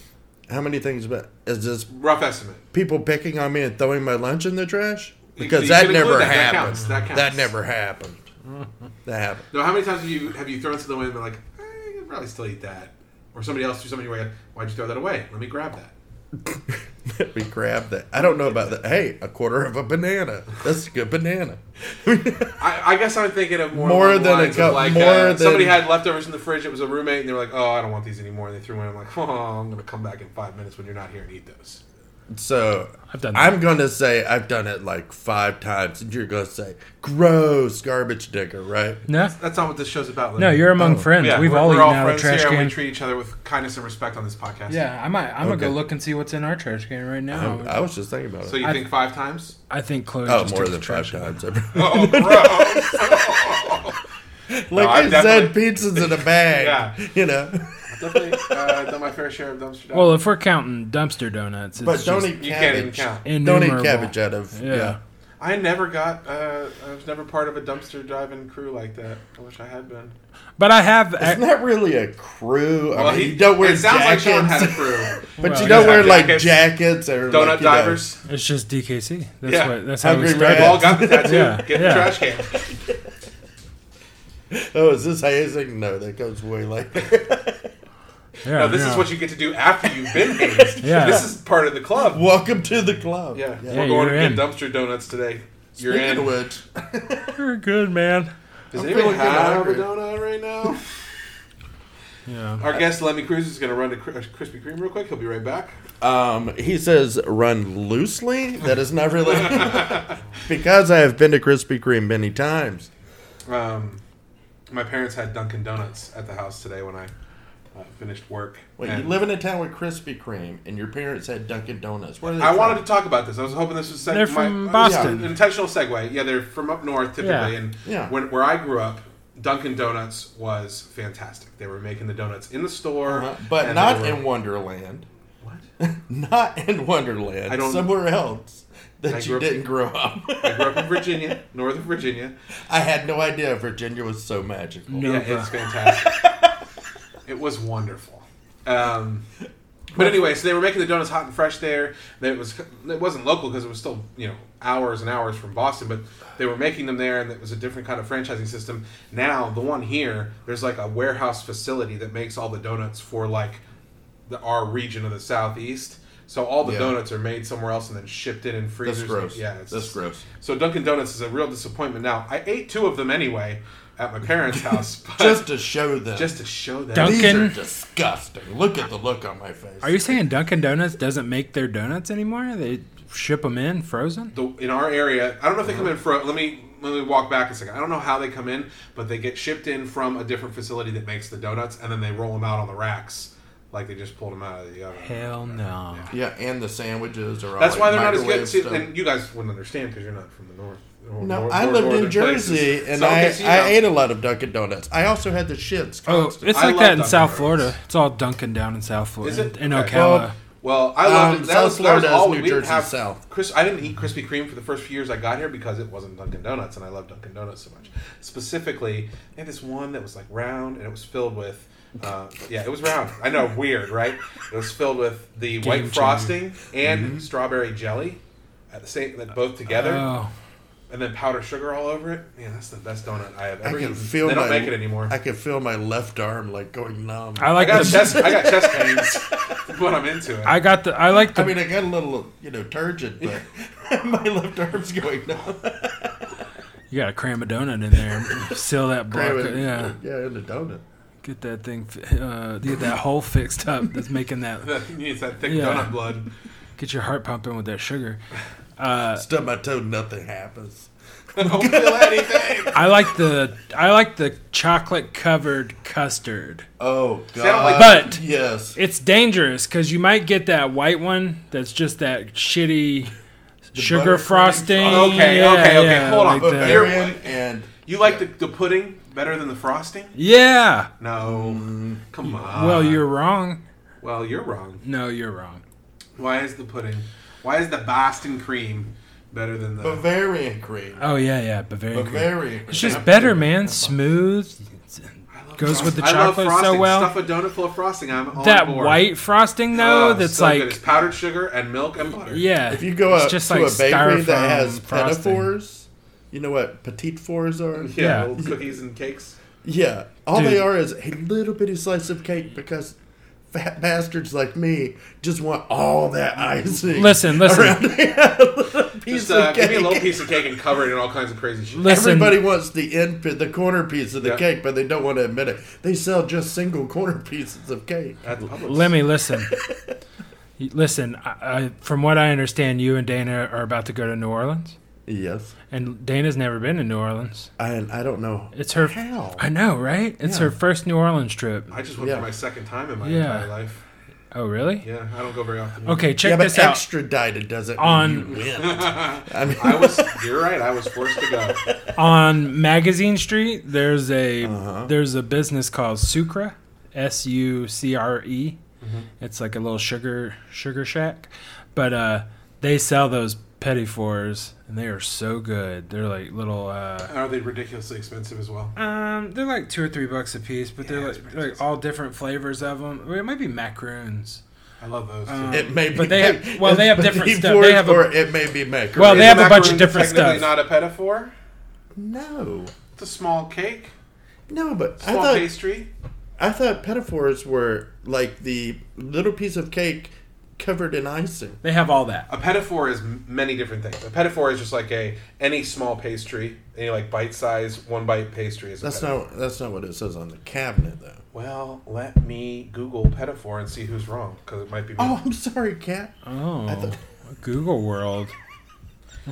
How many things? But is this Rough estimate. people picking on me and throwing my lunch in the trash? You- Because you that can never include that. That happened. counts. That counts. never happened. that happened. No, how many times have you have you thrown something away and been like, eh, I could probably still eat that, or somebody else threw something away? Why'd you throw that away? Let me grab that. we grabbed that. I don't know about that. Hey, a quarter of a banana. That's a good banana. I, I guess I'm thinking of more, More along the than a lines of, cup- Like, more uh, than- somebody had leftovers in the fridge. It was a roommate, and they were like, "Oh, I don't want these anymore." And they threw one. I'm like, "Oh, I'm gonna come back in five minutes when you're not here and eat those." So I've done I'm gonna say I've done it like five times, and you're gonna say gross garbage digger, right? No, That's not what this show's about. no, Lindsay. you're among Oh. friends. Yeah, We've we're, all we're eaten all out of trash friends here, and can. we treat each other with kindness and respect on this podcast. yeah, I might. I'm gonna go Okay. look and see what's in our trash can right now. I, I was just thinking about it. So you I- think five times? I think Chloe oh, just more took the than five trash out. times. Oh, gross! like I've I said, definitely- pizzas in a bag. Yeah. You know, Definitely uh, done my fair share of dumpster diving. Well, if we're counting dumpster donuts, it's but don't just eat you can't even cabbage. count. Don't innumerable. eat cabbage out of Yeah. yeah. I never got. Uh, I was never part of a dumpster diving crew like that. I wish I had been. e-, But I have. I- It's not really a crew. I Well, mean, he- you don't wear it sounds like jackets, Sean had a crew. but Well, you you don't wear have like jackets. jackets or Donut like, you know, divers. it's just DKC. That's Yeah. what. That's how we Hungry started. We've all got the tattoo. Yeah, Get in yeah. the trash can. Oh, is this hazing? No, that goes way later. Yeah, No, this yeah. is what you get to do after you've been hazed. Yeah. This is part of the club. Welcome to the club. Yeah. Yeah, We're going to you're get in. dumpster donuts today. You're Speaking of in. which, You're good, man. Does I'm anyone feeling good have a hungry. donut right now? Yeah. Our guest, Lemmy Cruz, is going to run to Kr- Krispy Kreme real quick. He'll be right back. Um, he says run loosely. That is not really because I have been to Krispy Kreme many times. Um, my parents had Dunkin' Donuts at the house today when I uh, finished work. Wait, And you live in a town with Krispy Kreme, and your parents had Dunkin' Donuts. Where are they I from? wanted to talk about this. I was hoping this was seg- They're my- from uh, Boston. yeah, an intentional segue. Yeah, they're from up north typically, Yeah. and Yeah. when where I grew up, Dunkin' Donuts was fantastic. They were making the donuts in the store, Uh-huh. but and not they were- in Wonderland. What? Not in Wonderland. I don't- somewhere else I that grew you up- didn't grow up. I grew up in Virginia, northern Virginia. I had no idea Virginia was so magical. No. Yeah, Nova. it's fantastic. it was wonderful. Um, but anyway, so they were making the donuts hot and fresh there. That was it wasn't local because it was still you know hours and hours from Boston, but they were making them there, and it was a different kind of franchising system. Now the one here, there's like a warehouse facility that makes all the donuts for like the our region of the southeast. So all the Yeah. donuts are made somewhere else and then shipped in in freezers. That's gross. Yeah, That's gross. So Dunkin' Donuts is a real disappointment. Now I ate two of them anyway at my parents' house, but Just to show them. just to show that Dunk- these are Dunkin'. disgusting. Look at the look on my face. Are you saying Dunkin' Donuts doesn't make their donuts anymore? They ship them in frozen. the, in our area, I don't know if they come in from. Let me let me walk back a second. I don't know how they come in, but they get shipped in from a different facility that makes the donuts, and then they roll them out on the racks like they just pulled them out of the oven. Hell no. Yeah, and the sandwiches are. That's all, why like, they're not as good. microwave See, stuff. and you guys wouldn't understand because you're not from the north. nor- No, nor- I nor- lived in northern places. Jersey, and So, I, okay, so you know. I ate a lot of Dunkin' Donuts. I also had the shits. Oh, Constantly. it's I like love that in Dunkin' South Donuts. Florida. It's all Dunkin' down in South Florida. Is it? In Okay. Ocala. Well, Well, I loved Um, it. That South was, Florida that is was all New we didn't Jersey have. South. Chris, I didn't eat Krispy Kreme for the first few years I got here because it wasn't Dunkin' Donuts, and I love Dunkin' Donuts so much. Specifically, they had this one that was like round and it was filled with. Uh, yeah, it was round. I know, weird, right? It was filled with the white changer. Mm-hmm. frosting and strawberry jelly, at the same, like both together, Oh. and then powdered sugar all over it. Man, that's the best donut I have I ever can eaten. feel they don't my, make it anymore. I can feel my left arm like going numb. I I, I like got the chest. I got chest pains when I'm into it. I got the I like the mean, I got a little, you know, turgid, but my left arm's going numb. you got to cram a donut in there, seal that block. Craving- Yeah, yeah, and a donut. get that thing, fi- uh, get that hole fixed up. That's making that it's that thick Yeah. donut blood. get your heart pumping with that sugar. Uh, Stub my toe, nothing happens. don't feel anything. I like the I like the chocolate covered custard. Oh God! like- But- yes, It's dangerous because you might get that white one that's just that shitty sugar butter frosting. frosting? Okay, Yeah, okay, okay, yeah, hold on. like that. You're- Bavarian and You like the, the pudding better than the frosting? yeah. No. Mm. Come on. Uh-huh. Well, you're wrong. well, you're wrong. No, you're wrong. Why is the pudding? Why is the Boston cream better than the? Bavarian cream. Oh yeah, yeah, Bavarian. cream. Bavarian. It's just better, man. Smooth. I love goes with the I love chocolate so frosting. well. Stuff a donut full of frosting. I'm on That board. white frosting though, Oh, that's so good. like it's powdered sugar and milk and butter. yeah. Ah, If you go it's up to a bakery that has styrofoam frosting. pettifors, you know what petit fours are? yeah, Yeah. little cookies and cakes. Yeah. All they Dude. are is a little bitty slice of cake because fat bastards like me just want all that icing. Listen, listen. around a little piece Just uh, of give cake. me a little piece of cake and cover it in all kinds of crazy shit. Listen. Everybody wants the end, pi- the corner piece of the Yeah. cake, but they don't want to admit it. They sell just single corner pieces of cake. That's Publix. Let me listen. You- listen, I, I, from what I understand, you and Dana are about to go to New Orleans, Yes, and Dana's never been to New Orleans. and I don't know. It's her. How? I know, right? It's Yeah. her first New Orleans trip. I just went Yeah. for my second time in my Yeah. entire life. Oh, really? Yeah, I don't go very often. Okay, check yeah, but this out. extradited doesn't On- mean you win. I mean, I was. You're right. I was forced to go. On Magazine Street, there's a Uh-huh. there's a business called Sucre, S U C R E. Mm-hmm. It's like a little sugar sugar shack, but uh, they sell those petty fours, and they are so good. They're like little. Uh, Are they ridiculously expensive as well? Um, they're like two or three bucks a piece, but Yeah, they're it's like, like all different flavors of them. it might be macaroons. I love those. too. Um, it may be, But they have- well, they have it's different petit stuff. fours They have a- or it may be macaroni. Well, Oh, they Is have a macaroon bunch of different technically stuff. Not a pedophore. no, It's a small cake, no, but I small thought pastry. I thought pedophores were like the little piece of cake covered in icing. They have all that. A pedophore is m- many different things. A pedophore is just like a any small pastry, any like bite size, one bite pastry is. A That's pedophore. not that's not what it says on the cabinet though. Well, let me Google pedophore and see who's wrong because it might be me. Oh, I'm sorry, cat. Oh, thought- Google World.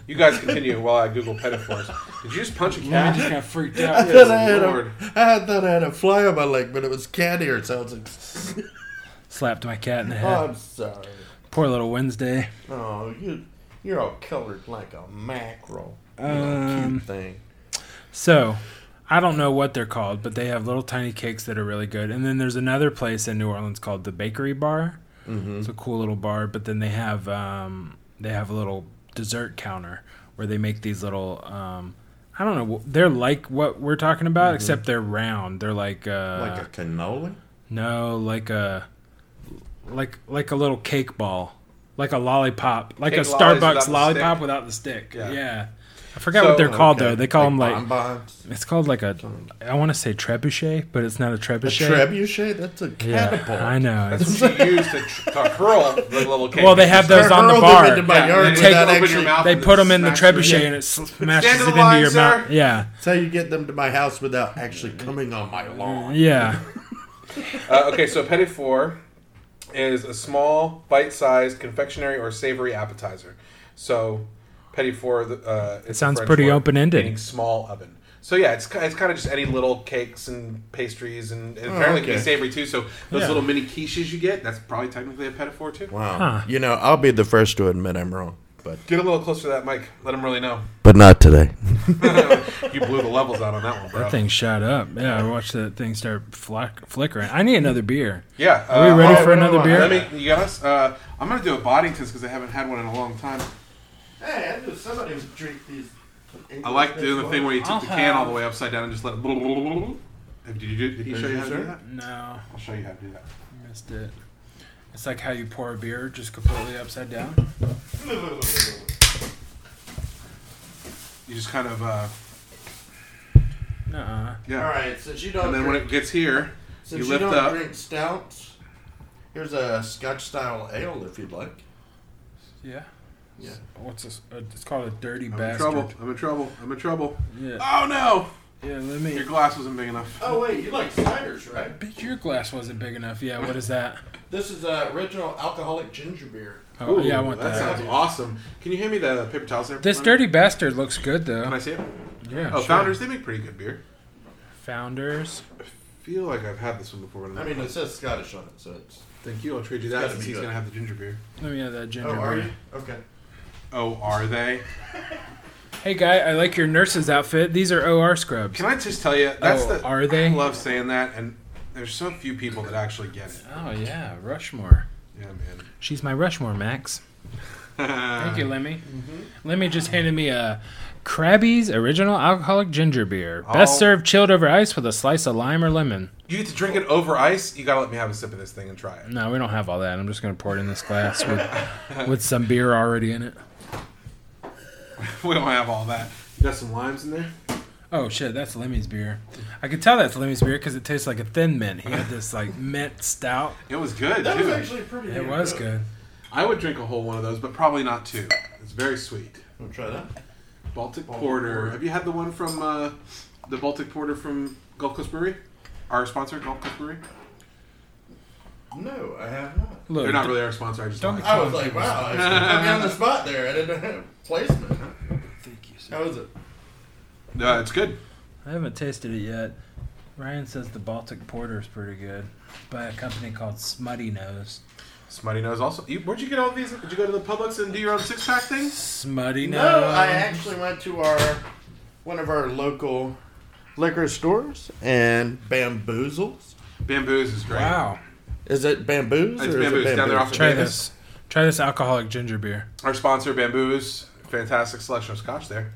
You guys continue while I Google pedophores. Did you just punch a I cat? just got freaked I out. thought I, had Lord. a, I thought I had a fly on my leg, but it was cat ear. It sounds like. Slapped my cat in the Oh, head. I'm sorry. Poor little Wednesday. Oh, you you're all colored like a mackerel. Um, Cute thing. so, I don't know what they're called, but they have little tiny cakes that are really good. And then there's another place in New Orleans called the Bakery Bar. Mm-hmm. It's a cool little bar, but then they have um, they have a little dessert counter where they make these little um, I don't know they're like what we're talking Mm-hmm. about except they're round. They're like uh, Like a cannoli. no like a like like a little cake ball, like a lollipop, like Cake a lollies without Starbucks the lollipop stick. without the stick. Yeah. Yeah. I forgot So- what they're called Okay. though. They call them like bonbons. it's called like a I want to say trebuchet, but it's not a A trebuchet. trebuchet. That's a yeah, catapult. I know. It's- That's what you use to, tr- to hurl the little cake. Well, they have the. those on the Hurled them bar. into my Yeah, yard they just without open your actually- mouth. They and put then them in the smash them trebuchet in. and it smashes Stand it in the into line, your sir. mouth. Yeah, That's how you get them to my house without actually coming on my lawn. yeah. Uh, okay, so petit four is a small, bite-sized confectionery or savory appetizer. So petit four, uh, sounds pretty open-ended. Meaning small oven. So yeah, it's ki- it's kind of just any little cakes and pastries, and, and apparently it can okay. be savory too. So those Yeah. little mini quiches you get, that's probably technically a petit four too. Wow. Huh. You know, I'll be the first to admit I'm wrong, but Get a little closer to that mic. Let them really know. but not today. You blew the levels out on that one, bro. That thing shot up. Yeah, I watched that thing start flack, flickering. I need another beer. Yeah. Are we uh, ready oh, for no, no, another no, beer? Let me. You got us. Uh, I'm gonna do a Boddington's because I haven't had one in a long time. Hey, I knew somebody would drink these. I like doing the thing where you took I'll the can all have- the way upside down and just let it. Did you do? Did he show you how to do Sure. that? no, I'll show you how to do that. missed it. It's like how you pour a beer just completely upside down. You just kind of uh, Nuh-uh. yeah. All right, since you don't, And then when drink, it gets here, since you you, lift don't up. drink stouts, here's a Scotch style ale if you'd like. Yeah. Yeah. What's this? Uh, it's called a dirty I'm in bastard. trouble. I'm in trouble. I'm in trouble. Yeah. Oh no! Yeah. Let me. Your glass wasn't big enough. Oh wait, you like ciders, right? Bitch, your glass wasn't big enough. Yeah. What is that? This is uh, original alcoholic ginger beer. Oh, Ooh, yeah, I want that. that. sounds awesome. Can you hand me the paper towels there? This Mike? dirty bastard looks good Can I though. see it? Yeah. Oh, sure. Founders. They make pretty good beer. Founders. Feel like I've had this one before. but I'm I not- mean, it says Scottish on it, so it's. thank you. I'll trade you that gotta since be he's good. gonna have the ginger beer. Let me have that ginger Oh, are beer. you? Okay. Oh, are they? Hey guy, I like your nurse's outfit. These are OR scrubs. Can I just tell you? That's Oh, the. are they? I love saying that, and there's so few people that actually get it. oh yeah, Rushmore. Yeah, man. She's my Rushmore, Max. Thank Uh, you, Lemmy. mm-hmm. Lemmy just handed me a Krabby's original alcoholic ginger beer, best Oh. served chilled over ice with a slice of lime or lemon. You get to drink it over ice. You gotta let me have a sip of this thing and try it. No, we don't have all that. I'm just gonna pour it in this glass with with some beer already in it. We don't have all that. You got some limes in there. Oh shit, that's Lemmy's beer. I could tell that's Lemmy's beer because it tastes like a thin mint. He had this like mint stout. It was good That too. was actually pretty. It was good. I would drink a whole one of those, but probably not two. It's very sweet. Wanna try that. Baltic, Baltic Porter. Porter. Have you had the one from uh, the Baltic Porter from Gulf Coast Brewery? Our sponsor, Gulf Coast Brewery. No, I have not. Look, They're not really our sponsor. I just Don't lied. be- I was like, wow, I put me on the spot there. I didn't have placement. thank you, sir. How is it? No, Uh, it's good. I haven't tasted it yet. Ryan says the Baltic Porter is pretty good by a company called Smutty Nose. Smutty Nose also. You, where'd you get all these? Did you go to the Publix and do your own six pack thing? Smutty No, Nose. I actually went to our one of our local liquor stores and Bamboozles. Bamboos is great. Wow. Is it Bamboos? It's Bamboos, down there off of- Try Yes. this. Try this alcoholic ginger beer. Our sponsor, Bamboos. Fantastic selection of scotch there.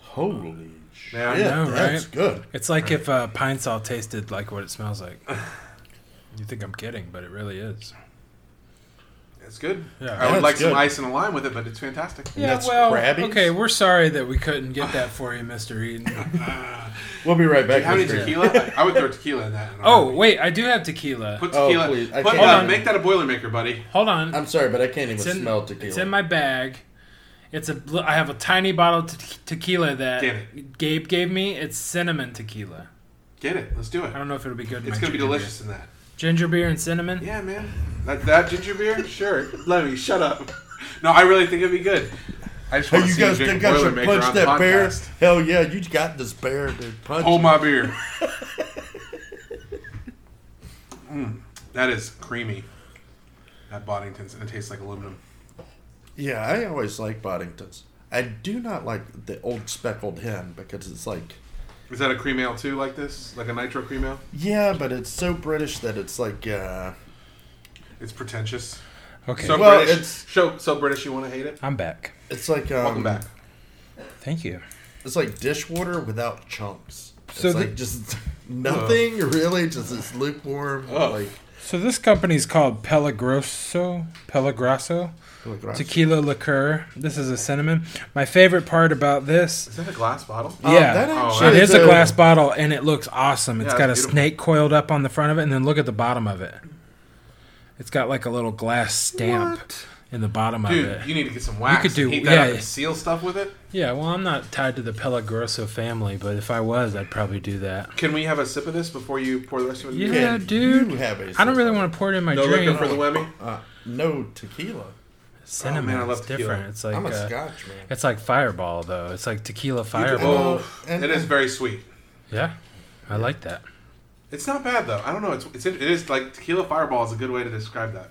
Holy shit! Man, know, that's right? good. It's like if uh, pine sol tasted like what it smells like. you think I'm kidding, but it really is. it's good. Yeah. I Yeah, would like it's some good. ice and a lime with it, but it's fantastic. Yeah, that's well, Krabby's? okay. okay, We're sorry that we couldn't get that for you, Mister Eaton. We'll be right back. How many Mr. Ed. tequila? I, I would throw tequila in that. Oh wait, I do have tequila. Put Oh, tequila. please, I put, can't- uh, make that a Boilermaker, buddy. Hold on. I'm sorry, but I can't even It's in, smell tequila. it's in my bag. It's a. bl- I have a tiny bottle of te- tequila that Damn Gabe gave me. It's cinnamon tequila. Get it. Let's do it. I don't know if it'll be good. in It's my gonna be ginger beer. delicious in that. Ginger beer and cinnamon. Yeah, man. That, that ginger beer? Sure. Let me shut up. No, I really think it'd be good. I just Hey, want to you see you guys drink think I should Boilermaker punch on the that bear? podcast. Oh. Hell yeah, you got this bear, dude. Punch. Hold it. my beer. Mm, that is creamy. That Boddington's and it tastes like aluminum. Yeah, I always like Boddingtons. I do not like the old speckled hen because it's like, Is that a cream ale too, like this? Like a nitro cream ale? yeah, but it's so British that it's like, uh, It's pretentious. Okay. So Well, British. it's- so, so British, you want to hate it? I'm back. it's like, um, Welcome back. Thank you. It's like dishwater without chunks. So it's the- like just nothing really, just it's lukewarm. Ugh. Like, So this company's called Pellegrosso. Pellegrasso. like Tequila liqueur. This is a cinnamon. My favorite part about this Is that a glass bottle? Oh, yeah, that actually it is is a a- glass bottle, and it looks awesome. It's Yeah, got a it's beautiful. snake coiled up on the front of it, and then look at the bottom of it. It's got like a little glass stamp What? in the bottom Dude, of it. you need to get some wax. could do- and heat that yeah. up and seal stuff with it. yeah, well, I'm not tied to the Pellegrosso family, but if I was, I'd probably do that. Can we have a sip of this before you pour the rest of it? in the Yeah, beer? Can dude. you have a I don't really sip? want to pour it in my No liquor drink. for the whammy. Uh, no tequila. Cinnamon Oh, man, I love is tequila. different. It's like I'm a uh, Scotch man. it's like Fireball though. It's like tequila Fireball. Oh, and- it is very sweet. Yeah, I like that. It's not bad though. I don't know. It's, it's it is like tequila fireball is a good way to describe that.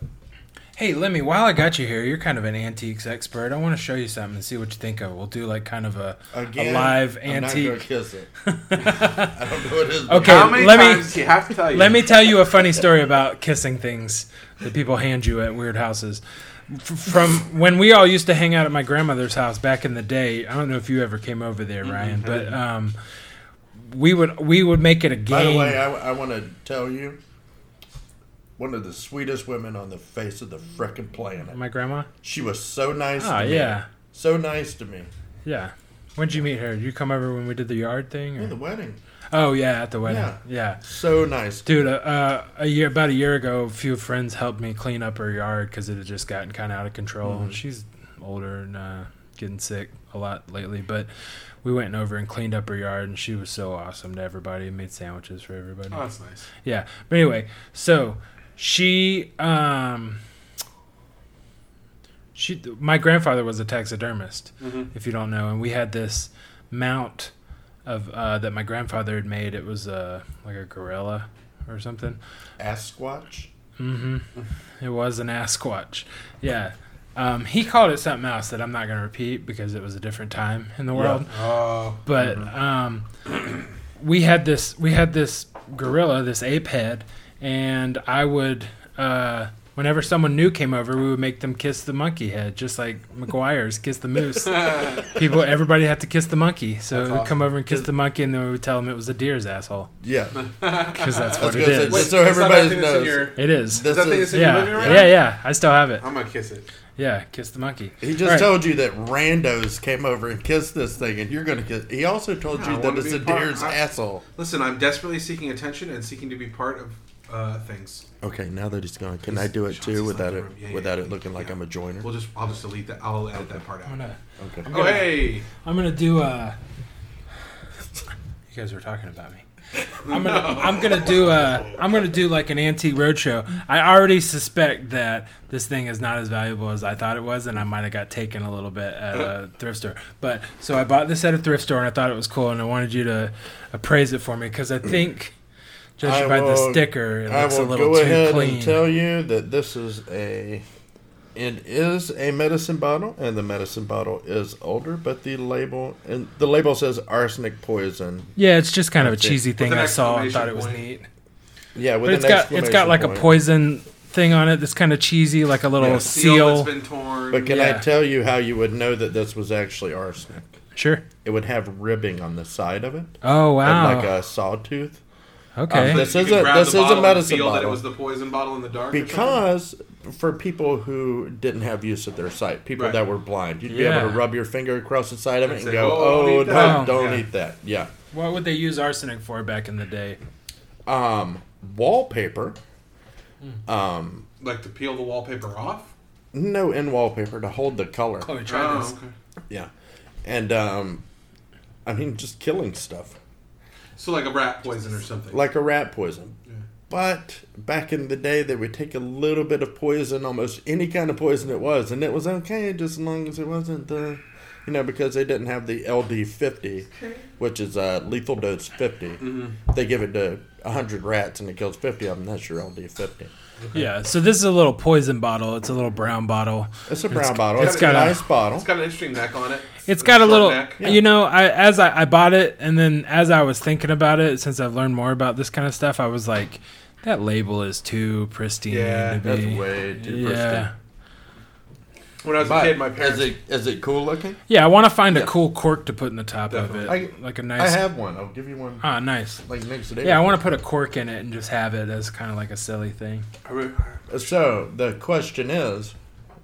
Hey, Lemmy, while I got you here, you're kind of an antiques expert. I want to show you something and see what you think of. We'll do like kind of a, a Again, live I'm not gonna antique. kiss it. I don't know what it is. Okay. How many let me- times do you have to tell you? Let me tell you a funny story about kissing things that people hand you at weird houses. F- From when we all used to hang out at my grandmother's house back in the day, I don't know if you ever came over there, Mm-hmm. Ryan, but um, we would we would make it a game. By the way, I, I want to tell you, one of the sweetest women on the face of the frickin' planet. my grandma. She was so nice. Oh to me. yeah, so nice to me. yeah. When'd you meet her? Did you come over when we did the yard thing? At the Or? wedding, Oh yeah, at the wedding. Yeah. yeah. so nice. Dude, uh, uh, a year about a year ago, a few friends helped me clean up her yard because it had just gotten kind of out of control. And She's older and uh, getting sick a lot lately, but we went over and cleaned up her yard, and she was so awesome to everybody. and Made sandwiches for everybody. Oh, that's nice. Yeah, but anyway, so she, um, she, my grandfather was a taxidermist, if you don't know, and we had this mount of uh, that my grandfather had made. It was uh, like a gorilla or something. Asquatch. Mm-hmm. It was an Asquatch. Yeah. Um, he called it something else that I'm not going to repeat because it was a different time in the world. Oh, But um, we had this we had this gorilla, this ape head, and I would uh, whenever someone new came over, we would make them kiss the monkey head, just like McGuire's kiss the moose. People, everybody had to kiss the monkey, so we'd awesome. come over and kiss the monkey, and then we would tell them it was a deer's asshole Yeah, because that's I was what it gonna say, is. wait, Wait, is so that everybody that thing that's in knows. your- It is. Is that thing This that's is, in your Yeah, living room? yeah, yeah. I still have it. I'm gonna kiss it. Yeah, kiss the monkey. he All just right. told you that randos came over and kissed this thing, and you're gonna kiss. He also told Yeah, I you that wanna it's be a a part- deer's I- asshole. Listen, I'm desperately seeking attention and seeking to be part of uh, things. Okay, now that he's gone, can I He's- do it Sean's too just left without the it room. Yeah, yeah, without yeah. it looking like Yeah. I'm a joiner? We'll just, I'll just delete that. I'll edit that part I'm out. gonna- Okay. Oh hey, I'm gonna do a. You guys were talking about me. I'm gonna I'm gonna do a I'm gonna do like an antique roadshow. I already suspect that this thing is not as valuable as I thought it was, and I might have got taken a little bit at a thrift store. But so I bought this at a thrift store, and I thought it was cool, and I wanted you to appraise it for me because I think I judging by the will- sticker, it I looks a will little too go ahead clean. and tell you that this is a it is a medicine bottle, and the medicine bottle is older, but the label and the label says arsenic poison. yeah, it's just kind of a That's it. cheesy thing an I saw and exclamation thought it was point. neat. Yeah, But with an it's got it's got exclamation like a point. poison thing on it that's kind of cheesy, like a little Yeah, seal. that's been torn. But can yeah. I tell you how you would know that this was actually arsenic? Sure. It would have ribbing on the side of it, Oh wow. and like a sawtooth. okay. um, But This you is can a- grab this the is a bottle and medicine feel That it bottle. was the poison bottle in the dark. or something? Because for people who didn't have use of their sight, people Right. that were blind, you'd be able Yeah. to rub your finger across the side of it And and, say, go, "Oh, don't "Oh, eat no, that." don't Yeah. eat that." Yeah. what would they use arsenic for back in the day? Um, wallpaper. like to peel the wallpaper off. No in wallpaper to hold the color. Chloe, try Oh, this. okay. Yeah, and um, I mean just killing stuff So like a rat poison or something. like a rat poison. But back in the day, they would take a little bit of poison, almost any kind of poison it was, and it was okay just as long as it wasn't the, you know, because they didn't have the LD fifty, which is uh, lethal dose 50 They give it to hundred rats and it kills fifty of them. That's your LD fifty. Yeah. So this is a little poison bottle. It's a little brown bottle. It's a brown bottle. it's It's, got a a- nice bottle. it's got an interesting neck on it. It's got a short little, neck. you know. I as I, I bought it, and then as I was thinking about it, since I've learned more about this kind of stuff, I was like, that label is too pristine. Yeah, to be. that's way too yeah. pristine. When I was a But kid, my parents. is it is it cool looking? Yeah, I want to find a cool cork to put in the top of Definitely. it, I- like a I nice. have one. I'll give you one ah, nice. like next day. Yeah, I want to put a cork in it and just have it as kind of like a silly thing. I re- So the question is,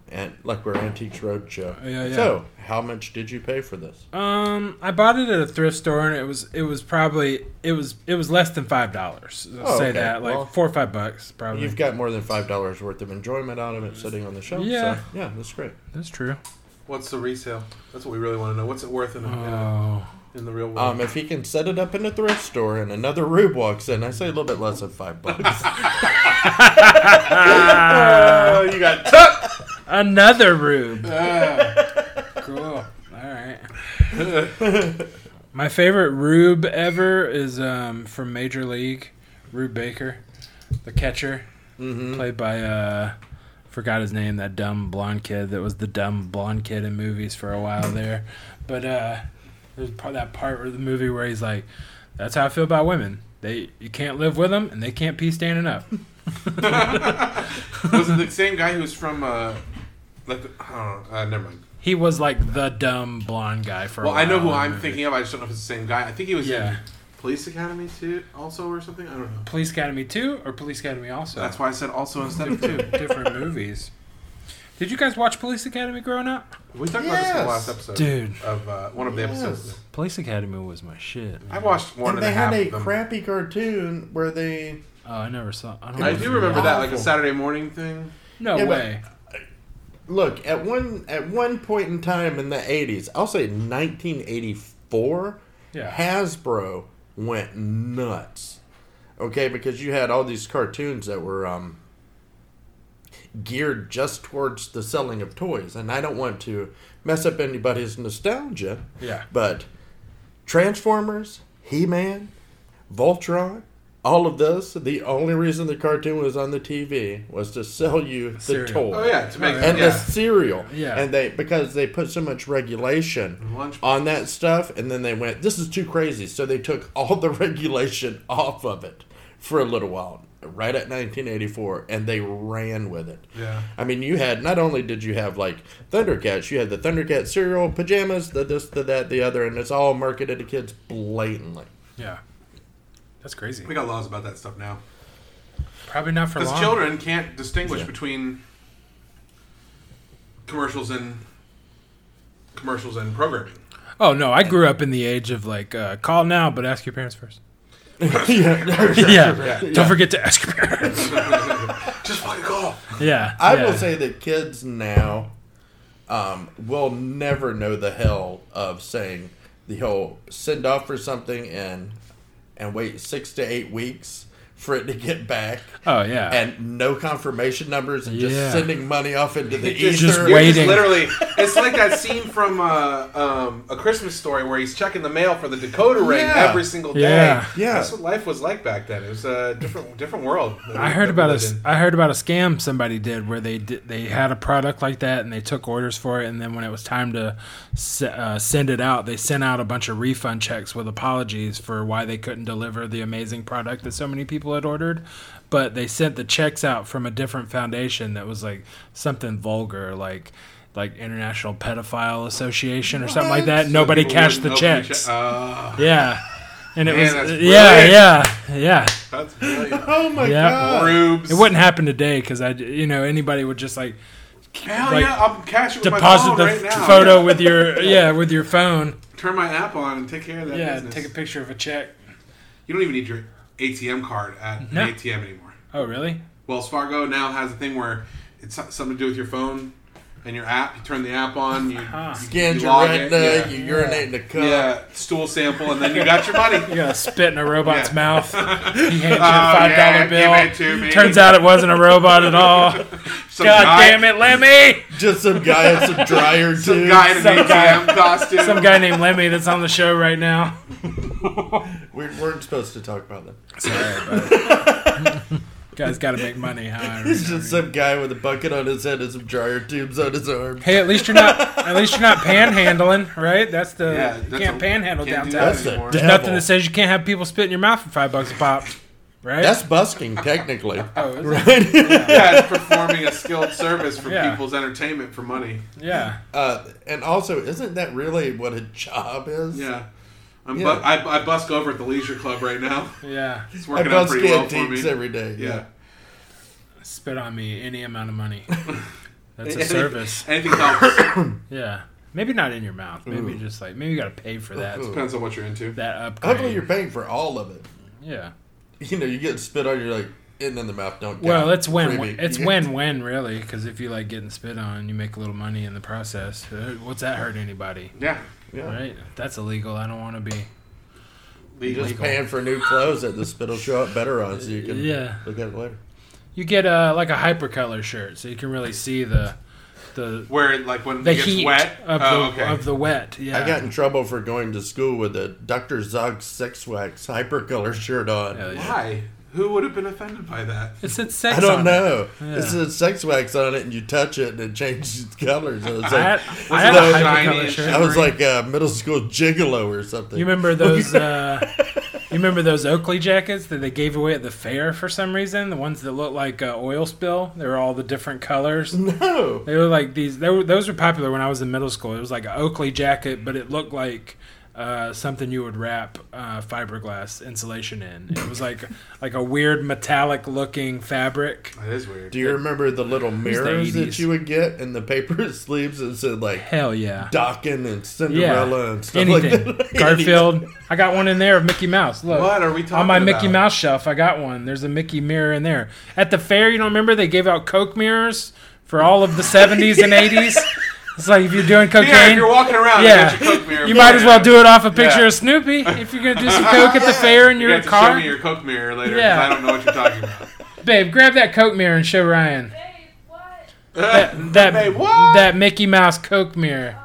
and like we're Antiques Roadshow. Yeah, yeah. So how much did you pay for this? Um, I bought it at a thrift store, and it was it was probably it was it was less than five dollars. Oh, say okay. that like Well, four or five bucks probably. You've got more than five dollars worth of enjoyment out of it sitting on the shelf. Yeah. so, yeah, that's great. That's true. What's the resale? That's what we really want to know. What's it worth in, a, in, a, Oh, in the real world? Um, if he can set it up in a thrift store and another rube walks in, I say a little bit less than five bucks. oh, you got tucked. Another rube. Ah, cool. All right. My favorite rube ever is um, from Major League, Rube Baker, the catcher, Mm-hmm. played by uh, forgot his name, that dumb blonde kid that was the dumb blonde kid in movies for a while there. But uh, there's part that part of the movie where he's like, "That's how I feel about women. They you can't live with them, and they can't pee standing up." was it the same guy who was from uh, like the, I don't know, uh, never mind. He was like the dumb blonde guy for. a Well, I know while who in the I'm movie. thinking of. I just don't know if it's the same guy. I think he was in Yeah. Police Academy too, also or something. I don't know. Police Academy 2 or Police Academy also? That's why I said also instead of two. different movies. Did you guys watch Police Academy growing up? We talked about this in the Yes. last episode, Dude. Of uh, one of the episodes, Yes. Police Academy was my shit. I watched one and and they a half had a of them. crappy cartoon where they Oh, I never saw. I, don't I know if do you- remember that, like a Awful. Saturday morning thing. No Yeah, but- way. look at one at one point in time in the 80s i'll say 1984 Yeah. hasbro went nuts okay because you had all these cartoons that were um geared just towards the selling of toys and i don't want to mess up anybody's nostalgia Yeah. but transformers he-man voltron all of this the only reason the cartoon was on the tv was to sell you the Cereal. toy Oh yeah, to make Oh, and yeah. the cereal. Yeah. And they because they put so much regulation Lunch- on that stuff, and then they went, "This is too crazy." So they took all the regulation off of it for a little while, right at 1984, and they ran with it. Yeah. I mean, you had not only did you have like Thundercats, you had the Thundercat cereal, pajamas, the this, the that, the other, and it's all marketed to kids blatantly. Yeah. That's crazy. we got laws about that stuff now Probably not for because long. children can't distinguish Yeah. between commercials and commercials and programming. Oh no, I grew up in the age of like uh, call now, but ask your parents first. yeah. yeah. Don't forget to ask your parents. Just fucking call. yeah. I yeah. will say that kids now um, will never know the hell of saying the whole send off for something and and wait six to eight weeks for it to get back Oh yeah. and no confirmation numbers and Yeah. just sending money off into the ether. Just- Just You're wait. Waiting. just literally, it's like that scene from uh, um, A Christmas Story where he's checking the mail for the Dakota ring Yeah. every single day. Yeah. Yeah. that's what life was like back then. It was a different, different world. that I we- heard that about we a lived s- in. I heard about a scam somebody did where they did, they had a product like that and they took orders for it and then when it was time to s- uh, send it out they sent out a bunch of refund checks with apologies for why they couldn't deliver the amazing product that so many people had ordered but they sent the checks out from a different foundation that was like something vulgar like like International Pedophile Association or something like that What? nobody People cashed the wouldn't open each- checks Ah, yeah and it Man, was that's yeah brilliant. yeah yeah that's brilliant. oh my Yeah. god! Rubes. it wouldn't happen today because I, you know, anybody would just like Hell like, yeah, I'm cashing with deposit my phone the right f- now. photo with your yeah with your phone. Turn my app on and take care of that Yeah, business. take a picture of a check. you don't even need your ATM card at No. an ATM anymore. Oh really? Wells Fargo now has a thing where it's so- something to do with your phone and your app. You turn the app on, you, Huh. you, Scans you your log retina, in, you urinate in the cup. yeah, yeah, stool sample, and then you got your money. You gotta spit in a robot's Yeah. mouth. He hands you a Oh, five dollar yeah, give it bill. to me. Turns out it wasn't a robot at all. some God guy, damn it, Lemmy! Just some guy in some dryer Some tubes. guy in an Some ATM guy- costume. Some guy named Lemmy that's on the show right now. We weren't supposed to talk about that. Guys gotta make money, huh? It's just some guy with a bucket on his head and some dryer tubes on his arm. Hey, at least you're not at least you're not panhandling, right? That's the Yeah, you that's can't a- panhandle can't downtown. do that That's the anymore. devil. Nothing that says you can't have people spit in your mouth for five bucks a pop, right? That's busking, technically. Oh, is it? right? yeah, it's performing a skilled service for Yeah. people's entertainment for money. yeah. uh, and also, isn't that really what a job is? Yeah. I'm Yeah. Bu- I, I busk over at the leisure club right now. Yeah. It's I working out bust pretty well for antiques me. every day. yeah. Spit on me any amount of money. That's a Anything- service. Anything helps. Yeah. Maybe not in your mouth. Maybe just like maybe you gotta pay for that Ooh. Depends on what you're into. that upgrade. Hopefully, you're paying for all of it. yeah. You know, you get spit on, you're like, in in the mouth, don't count. Well, it's win. Freebie. It's win win really because if you like getting spit on, you make a little money in the process. Uh, What's that hurt anybody? Yeah. Yeah. Right? That's illegal. I don't want to be. You're Legal. just paying for new clothes that the spit will show up better on, so you can Yeah. look at it later. You get uh, like a hypercolor shirt, so you can really see the the Where like when the it gets heat wet. of oh, the okay. of the wet. Yeah, I got in trouble for going to school with a Dr. Zog Sex Wax hypercolor shirt on. Hell yeah. Why? Who would have been offended by that? it said sex. I don't on it. know. Yeah. It says sex wax on it, and you touch it, and it changes colors. I was like, I had, I Was had it a the shiny hypercolor and shirt. I was like uh, middle school gigolo or something. You remember those? Uh, you remember those Oakley jackets that they gave away at the fair for some reason? The ones that looked like uh, oil spill. They were all the different colors. No. They were like these. They were, those were popular when I was in middle school. It was like an Oakley jacket, but it looked like uh, something you would wrap uh, fiberglass insulation in. It was like like a weird metallic looking fabric. That is weird. Do you remember the little the mirrors 80s. that you would get and the paper sleeves that said like Hell yeah. Dockin and Yeah, Cinderella and stuff anything. like that? Garfield. I got one in there of Mickey Mouse. Look, What are we talking on my Mickey about? Mouse shelf? I got one. There's a Mickey mirror in there. At the fair, you don't remember they gave out Coke mirrors for all of the 70s and 80s. It's like if you're doing cocaine, Yeah, if you're walking around, Yeah. you got your Coke mirror. You might as well do it off a picture Yeah. of Snoopy if you're gonna do some coke at the fair in You're your gonna have to car. show me your Coke mirror later 'cause Yeah. I don't know what you're talking about. Babe, grab that coke mirror and show Ryan Babe, what? that that, Babe, what? that Mickey Mouse coke mirror.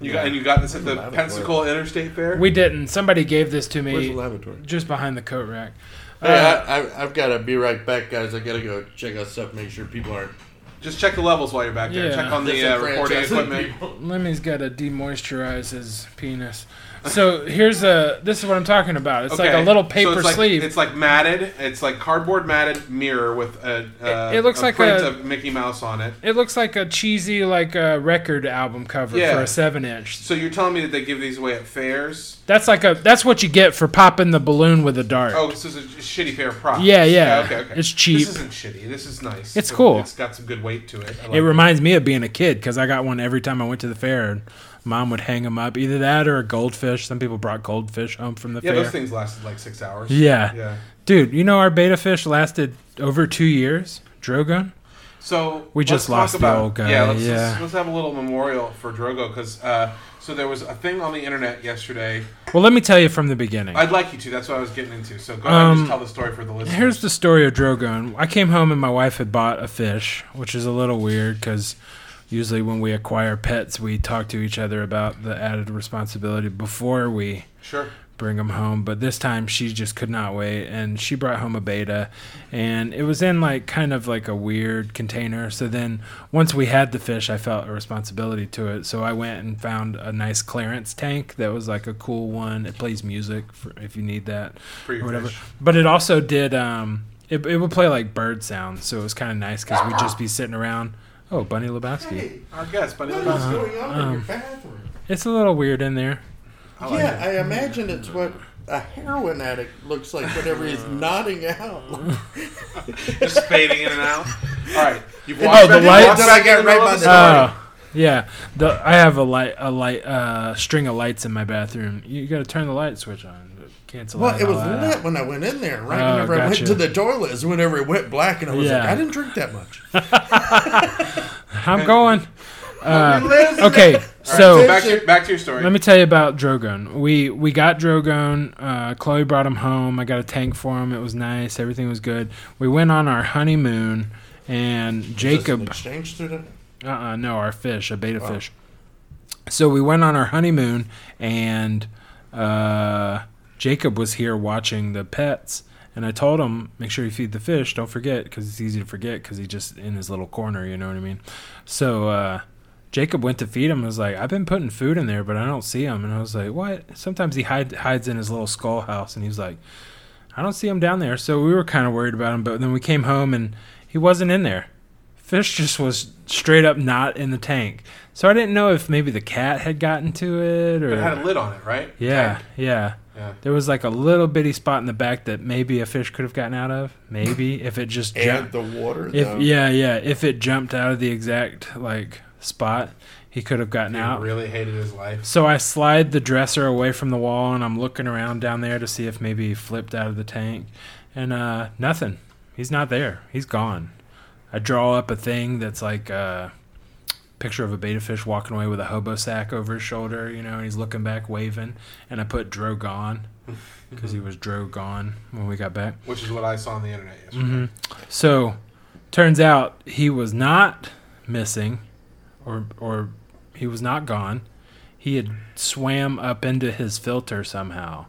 You got, and you got this at the Lavatory. Pensacola Interstate Fair. We didn't. Somebody gave this to Where's me the lavatory? just behind the coat rack. Hey, I, I, I've got to be right back, guys. I got to go check out stuff, make sure people aren't Just check the levels while you're back there. Yeah. Check on the uh, recording disenfranchised equipment. people. Lemmy's got to demoisturize his penis. So here's a. This is what I'm talking about. It's like Okay. a little So paper it's like, sleeve. It's like matted. It's like cardboard matted mirror with a. Uh, It- it looks a like print a- of Mickey Mouse on it. it looks like a cheesy like a record album cover Yeah. for a seven inch. So you're telling me that they give these away at fairs? That's like a that's what you get for popping the balloon with a dart. Oh, so it's a shitty pair of props. Yeah, yeah. Okay, okay. It's cheap. This isn't shitty. This is nice. It's cool. It's got some good weight to it. I like It reminds me of being a kid because I got one every time I went to the fair. And mom would hang them up, either that or a goldfish. Some people brought goldfish home from the yeah, fair. those things lasted like six hours. yeah. Yeah. dude, you know our beta fish lasted over two years. Drogon. So We just let's talk lost the about, old guy, Yeah, let's, yeah. Just, let's have a little memorial for Drogo because uh, so there was a thing on the internet yesterday. Well, let me tell you from the beginning. I'd like you to. That's what I was getting into. So go ahead and Um, just tell the story for the listeners. Here's the story of Drogon. I came home and my wife had bought a fish, which is a little weird because usually when we acquire pets, we talk to each other about the added responsibility before we sure. bring them home. But this time she just could not wait, and she brought home a beta, and it was in like kind of like a weird container. So then once we had the fish, I felt a responsibility to it. So I went and found a nice clearance tank that was like a cool one. It plays music for, if you need that For your or whatever. fish. But it also did. Um, it, it would play like bird sounds, so it was kind of nice because we'd just be sitting around. Oh, Bunny Lebowski. Hey, Our guest, Bunny what is Uh-huh. Lebowski. going on in your Um, bathroom? It's a little weird in there. I like Yeah, it. I imagine it's what a heroin addict looks like whenever Uh. he's nodding out. just fading in and out. All right. You've Oh, watched the you lights? watched Did I it get in the middle right of by the- story? Oh, yeah. The, I have a light, a light, uh, string of lights in my bathroom. You got to turn the light switch on. to Cancel. Well, out it all was that lit out. when I went in there. Right Oh, whenever I gotcha. went to the toilet is whenever it went black, and I was like, Yeah. I didn't drink that much. I'm going. Uh, Liz, okay, So so back to, back to your story. let me tell you about Drogon. We we got Drogon. Uh, Chloe brought him home. I got a tank for him. It was nice. Everything was good. We went on our honeymoon, and Just an Jacob. exchange student. Uh-uh, no, our fish, a beta fish. So we went on our honeymoon, and uh, Jacob was here watching the pets. And I told him, make sure you feed the fish. Don't forget, because it's easy to forget, because he just in his little corner. You know what I mean? So uh, Jacob went to feed him. and was like, I've been putting food in there, but I don't see him. And I was like, what? Sometimes he hide, hides in his little skull house, and he was like, I don't see him down there. So we were kind of worried about him. But then we came home, and he wasn't in there fish just was straight up not in the tank. So I didn't know if maybe the cat had gotten to it or It had a lid on it, right? yeah, yeah. Yeah. There was like a little bitty spot in the back that maybe a fish could have gotten out of. Maybe if it just And jumped. the water. though. If yeah, yeah. If it jumped out of the exact like spot, he could have gotten He out. really hated his life. So I slide the dresser away from the wall and I'm looking around down there to see if maybe he flipped out of the tank. And uh, nothing. He's not there. He's gone. I draw up a thing that's like a picture of a beta fish walking away with a hobo sack over his shoulder, you know, and he's looking back, waving. And I put Drogon because he was Drogon when we got back. Mm. Which is what I saw on the internet yesterday. So turns out he was not missing, or or he was not gone. He had swam up into his filter somehow.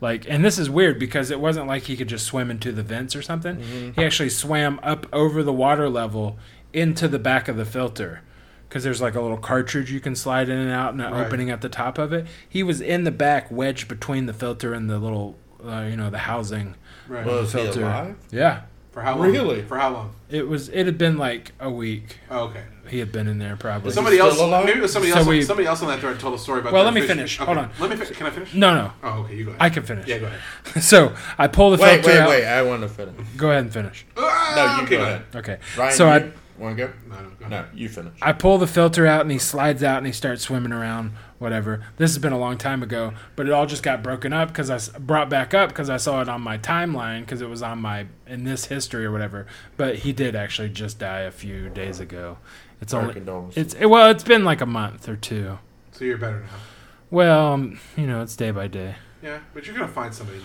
Like, and this is weird because it wasn't like he could just swim into the vents or something. He actually swam up over the water level into the back of the filter because there's like a little cartridge you can slide in and out and an Right. opening at the top of it. He was in the back, wedged between the filter and the little, uh, you know, the housing. Right. Was he filter. alive? Yeah, for how long? Really? For how long? it was. It had been like a week. Oh, okay. He had been in there probably. Somebody still else. alive? Maybe it was somebody So else. we- somebody else on that thread told a story about. Well, their let me fish- finish. Okay. Hold on. Let me. Fin- can I finish? no, no, Oh, okay. You go ahead. I can finish. Yeah, go ahead. so I pull the Wait, filter wait, out. wait. I want to finish. Go ahead and finish. No, Ah, you okay, go ahead. Okay. Ryan, so I want to go? No, no, go ahead. No, you finish. I pull the filter out and he slides out and he starts swimming around, whatever. This has been a long time ago, but it all just got broken up because I s- brought back up because I saw it on my timeline because it was on my in this history or whatever. But he did actually just die a few days ago. It's Our only condolences. it's it- well, it's been like a month or two. So you're better now. Well, um, you know, it's day by day. Yeah, but you're gonna find somebody new.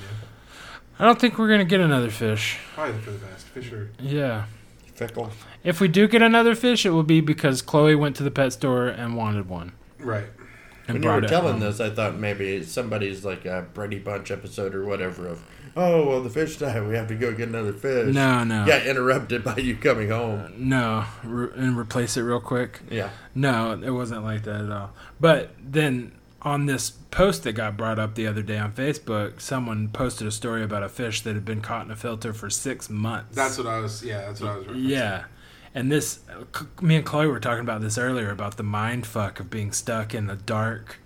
I don't think we're gonna get another fish. Probably for the best. Fish are Yeah. Fickle. If we do get another fish, it will be because Chloe went to the pet store and wanted one. right. And When you were brought it telling home. this, I thought maybe somebody's like a Brady Bunch episode or whatever of, oh, well, the fish died. We have to go get another fish. No, no. Got interrupted by you coming home. No, re- and replace it real quick. Yeah. No, it wasn't like that at all. But then on this post that got brought up the other day on Facebook, someone posted a story about a fish that had been caught in a filter for six months. That's what I was. Yeah, that's what I was. referencing. yeah. And this, me and Chloe were talking about this earlier about the mind fuck of being stuck in the dark,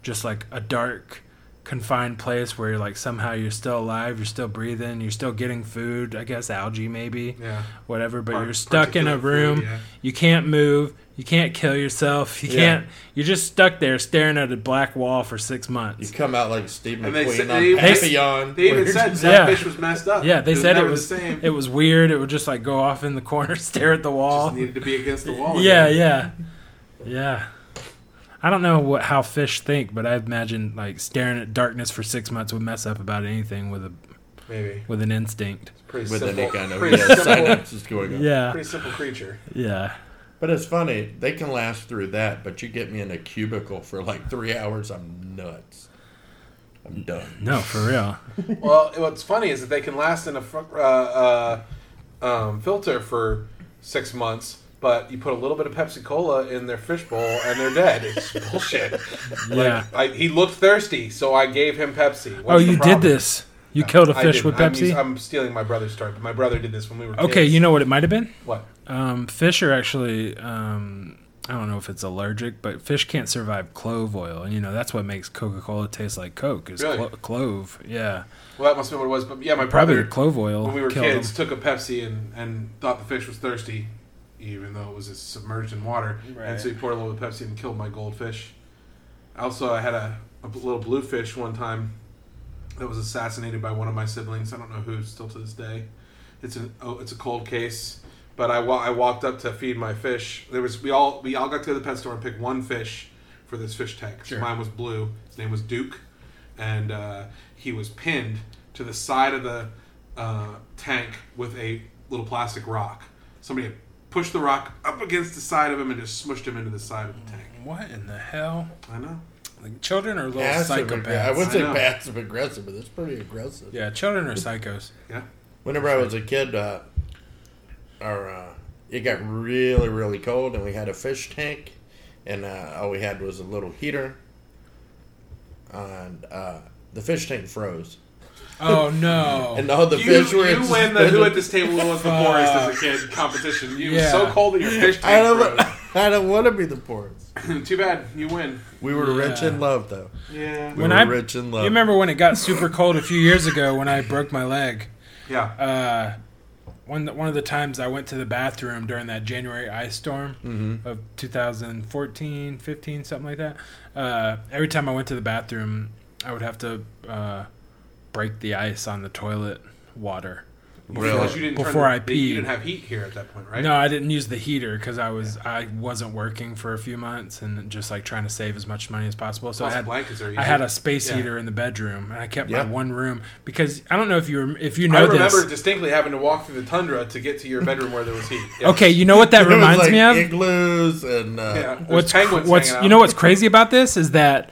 just like a dark, confined place where you're like somehow you're still alive, you're still breathing, you're still getting food. I guess algae maybe Yeah. whatever, but Par- you're stuck in a particulate room. food, yeah. You can't move. You can't kill yourself. You Yeah. can't. You're just stuck there staring at a black wall for six You months. come out like Steve And they McQueen said- on they- Papillon. They even Weird. said Yeah. that fish was messed up. Yeah, they it was said never it was the same. it was weird. It would just like go off in the corner, stare at the just wall. needed to be against the wall. Yeah, again. yeah, yeah. I don't know what how fish think, but I imagine like staring at darkness for six months would mess up about anything with a Maybe. with an instinct. It's pretty with simple. any kind of pretty, yeah, simple synapses going on. Yeah, pretty simple creature. yeah. But it's funny, they can last through that, but you get me in a cubicle for like three hours, I'm nuts. I'm done. No, for real. well, what's funny is that they can last in a fr- uh, uh, um, filter for six months, but you put a little bit of Pepsi Cola in their fishbowl and they're dead. It's bullshit. Yeah. I, he looked thirsty, so I gave him Pepsi. What's Oh, the you problem? did this. You No, killed a I fish didn't. with I'm, Pepsi. using- I'm stealing my brother's story, but my brother did this when we were Okay, kids. you know what it might have been? what? Um, fish are actually, um, I don't know if it's allergic, but fish can't survive clove oil. And, you know, that's what makes Coca Cola taste like Coke is Really? clo- clove. Yeah. Well, that must have been what it was. But yeah, my Probably brother, clove oil when we were killed kids, them. took a Pepsi and, and thought the fish was thirsty, even though it was just submerged in water. Right. And so he poured a little bit of Pepsi and killed my goldfish. Also, I had a, a b- little bluefish one time that was assassinated by one of my siblings. I don't know who, still to this day. It's an oh, it's a cold case. But I, wa- I walked up to feed my fish. There was we all we all got to go to the pet store and pick one fish for this fish tank. Sure. Mine was blue. His name was Duke, and uh, he was pinned to the side of the uh, tank with a little plastic rock. Somebody had pushed the rock up against the side of him and just smushed him into the side of the tank. What in the hell? I know. Like, children are little Passive psychopaths. aggr- I would I say know. passive aggressive, but that's pretty aggressive. yeah, children are psychos. Yeah. Whenever I was a kid, uh, our uh, it got really, really cold, and we had a fish tank, and uh, all we had was a little heater, and uh, the fish tank froze, Oh, no. and all the you fish were. you win the who at suspended. this table was the poorest as a kid competition. You Yeah. were so cold that your fish I tank don't. I don't want to be the poorest. froze. Too bad you win. We were rich Yeah. in love, though. Yeah. We When were I- rich in love. You remember when it got super cold a few years ago when I broke my leg? Yeah. uh, one one of the times I went to the bathroom during that January ice storm Mm-hmm. of 2014, 15, something like that. Uh, every time I went to the bathroom, I would have to uh, break the ice on the toilet water Because Really? you didn't turn Before the- I You peed. didn't have heat here at that point, right? No, I didn't use the heater because I was I wasn't working for a few months and just like trying to save as much money as possible. So Plus I had blankets are easy. I had a space Yeah. heater in the bedroom and I kept Yeah. my one room because I don't know if you rem- if you I know remember this. distinctly having to walk through the tundra to get to your bedroom where there was heat. Yeah. Okay, you know what that There was, reminds like, me of? igloos and uh, Yeah. There's what's penguins what's hanging out. you know what's crazy about this is that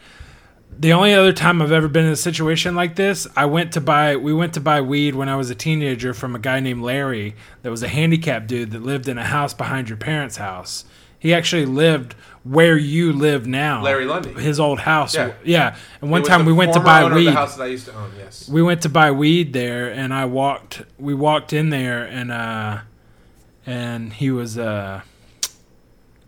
the only other time I've ever been in a situation like this, I went to buy we went to buy weed when I was a teenager from a guy named Larry that was a handicapped dude that lived in a house behind your parents' house. He actually lived where you live now. Larry Lundy. His old house. Yeah. Yeah. And one It was time the we went to former buy owner weed Of the house that I used to own. Yes. we went to buy weed there and I walked we walked in there and uh and he was uh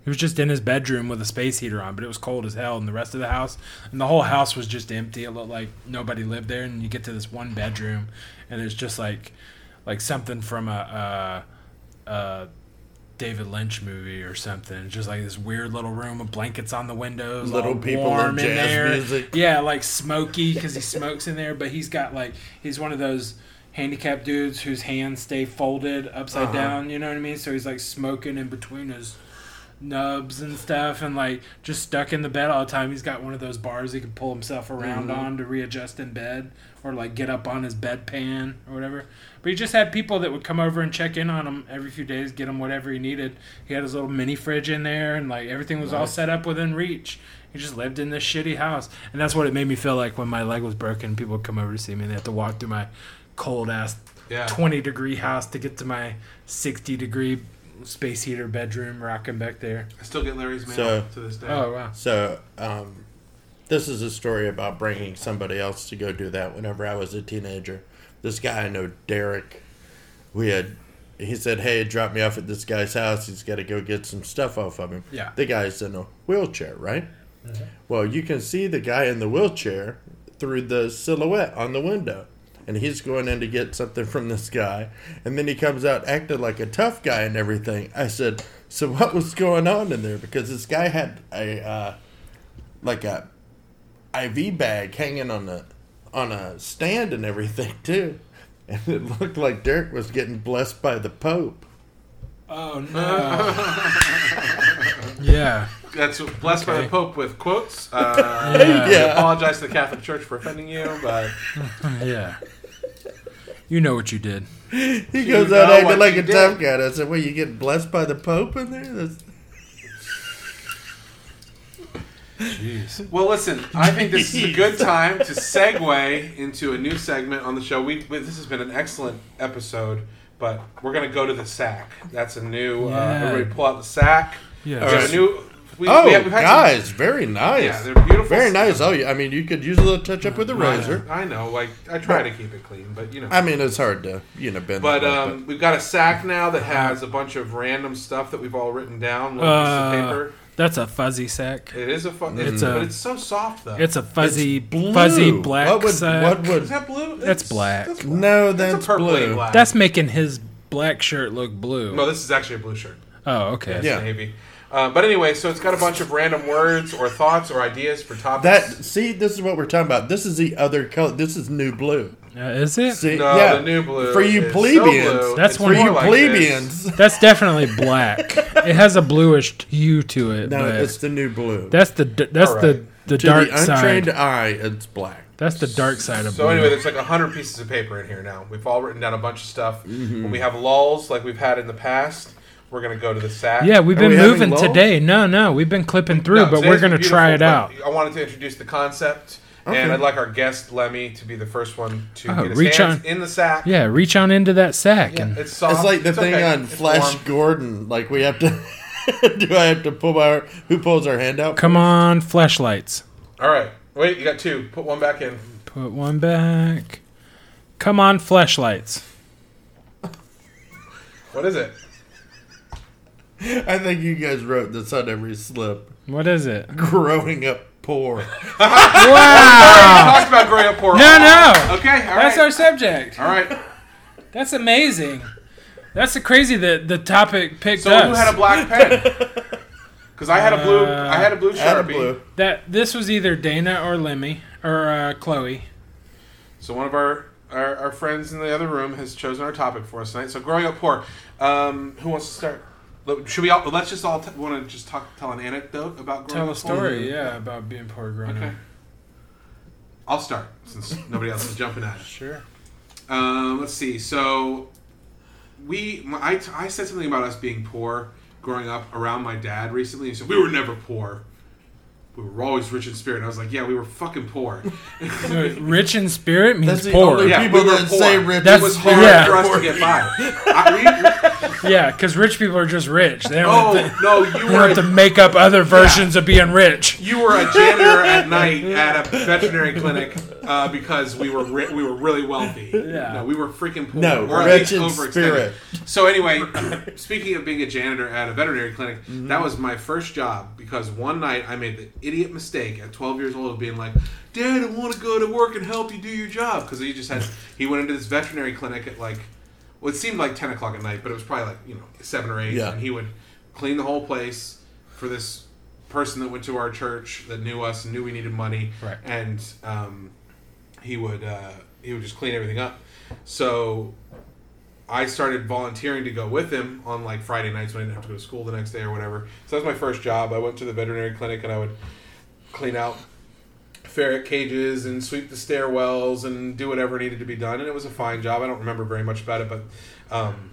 he was just in his bedroom with a space heater on, but it was cold as hell and the rest of the house and the whole house was just empty. It looked like nobody lived there and you get to this one bedroom and there's just like like something from a uh uh David Lynch movie or something. It's just like this weird little room with blankets on the windows, Little all people and warm in jazz there. music. Yeah, like smoky because he smokes in there, but he's got like he's one of those handicapped dudes whose hands stay folded upside Uh-huh. down. You know what I mean? So he's like smoking in between his nubs and stuff, and like just stuck in the bed all the time. He's got one of those bars he can pull himself around on to readjust in bed, or like get up on his bedpan or whatever. But he just had people that would come over and check in on him every few days, get him whatever he needed. He had his little mini fridge in there, and like everything was all set up within reach. He just lived in this shitty house, and that's what it made me feel like when my leg was broken. People would come over to see me, and they had to walk through my cold ass Yeah. 20 degree house to get to my 60 degree space heater bedroom rocking back there. I still get Larry's mail So- to this day. Oh, wow. So, um, this is a story about bringing somebody else to go do that whenever I was a teenager. This guy I know, Derek, we had, he said, Hey, drop me off at this guy's house. He's got to go get some stuff off of him. Yeah. The guy's in a wheelchair, right? Well, you can see the guy in the wheelchair through the silhouette on the window. And he's going in to get something from this guy. And then he comes out acting like a tough guy and everything. I said, So what was going on in there? Because this guy had a, uh, like a IV bag hanging on a, on a stand and everything, too. And it looked like Derek was getting blessed by the Pope. Oh, no. yeah. That's blessed by Okay. the Pope with quotes. Uh, Yeah. I Yeah. apologize to the Catholic Church for offending you, but Yeah. You know what you did. He goes know out what acting like you a did. tough guy. And I said, Well, you get blessed by the Pope in there? That's, Jeez. Well, listen, I think this is a good time to segue into a new segment on the show. We, we this has been an excellent episode, but we're gonna go to the sack. That's a new. Uh, Yeah. everybody, pull out the sack. Yeah. There's Alright. a new. We, oh, we have, we've had some- guys, very nice. yeah, they're beautiful. Very nice. Oh, yeah. I mean, you could use a little touch up with a I know, razor. I know. Like I try to keep it clean, but you know. I mean, it's hard to, you know, bend. but that way, um, we've got a sack now that Uh-huh. has a bunch of random stuff that we've all written down on a piece of Uh, paper. that's a fuzzy sack. It is a fun. It's It's a- but it's so soft though. It's a fuzzy, Blue. fuzzy black What would? sack. What would? is that blue? That's black. no, That's, that's a purpley blue. black. that's making his black shirt look blue. no. This is actually a blue shirt. oh, okay. Yeah. Maybe. Uh, but anyway, so it's got a bunch of random words or thoughts or ideas for That topics. see, this is what we're talking about. This is the other color. This is new blue. Uh, is it? See, no, yeah, the new blue for you is plebeians. So blue. That's It's one for more you like plebeians. That's definitely black. it has a bluish hue to it. No, but it's the new blue. that's the d- that's the Alright. the to dark the side. untrained eye, it's black. That's the dark side of This. So blue. anyway, there's like hundred pieces of paper in here now. We've all written down a bunch of stuff. Mm-hmm. When we have lulls like we've had in the past, we're gonna go to the sack. yeah, we've Are been we having moving lulls? today. No, no, we've been clipping through, No, but today's we're gonna been try it out. beautiful, but I wanted to introduce the concept, Okay. and I'd like our guest Lemmy to be the first one to Oh, get his reach hands on- in the sack. Yeah, reach on into that sack and Uh-huh. It's soft. It's like the thing okay. on It's Flash warm. Gordon. Like we have to. do I have to pull my? Who pulls our hand out? come on, flashlights. All right, wait, you got two. Put one back in. Put one back. Come on, flashlights. What is it? I think you guys wrote this on every slip. What is it? Growing up poor. Wow, talked about growing up poor. No, no. Okay, all right. that's our subject. all right. That's amazing. That's the crazy that the topic picked So up. who had a black pen? Because I had a blue. Uh, I had a blue Out of sharpie. blue. that this was either Dana or Lemmy or uh, Chloe. So one of our our, our friends in the other room has chosen our topic for us tonight. So growing up poor. Um, who wants to start? Look, Should we all? Let's just all t- want to just talk, tell an anecdote about growing Tell a up story, yeah, about being poor growing Poor? up. Okay. I'll start since nobody else is jumping at it. Sure. Um, let's see. So we, my, I, I said something about us being poor growing up around my dad recently. He said we were never poor. We were always rich in spirit. I was like, yeah, we were fucking poor. So rich in spirit means That's the poor. only Yeah, yeah, people we were that poor. say rich it That's- was hard yeah. for us to get by. I, we, because rich people are just rich. They don't, have, oh to, no, you they don't have to were make up other versions of being rich. you were a janitor at night at a veterinary clinic uh, because we were ri- we were really wealthy. Yeah. No, we were freaking poor. No, or at least rich in overextended. spirit. So anyway, speaking of being a janitor at a veterinary clinic, Mm-hmm. that was my first job because one night I made the idiot mistake at 12 years old of being like, "Dad, I want to go to work and help you do your job." Because he just had he went into this veterinary clinic at like, well, it seemed like 10 o'clock at night, but it was probably like you know seven or eight, Yeah. and he would clean the whole place for this person that went to our church that knew us and knew we needed money, Right. and um, he would uh, he would just clean everything up. So I started volunteering to go with him on like Friday nights when I didn't have to go to school the next day or whatever. So that was my first job. I went to the veterinary clinic and I would clean out ferret cages and sweep the stairwells and do whatever needed to be done. And it was a fine job. I don't remember very much about it, but um,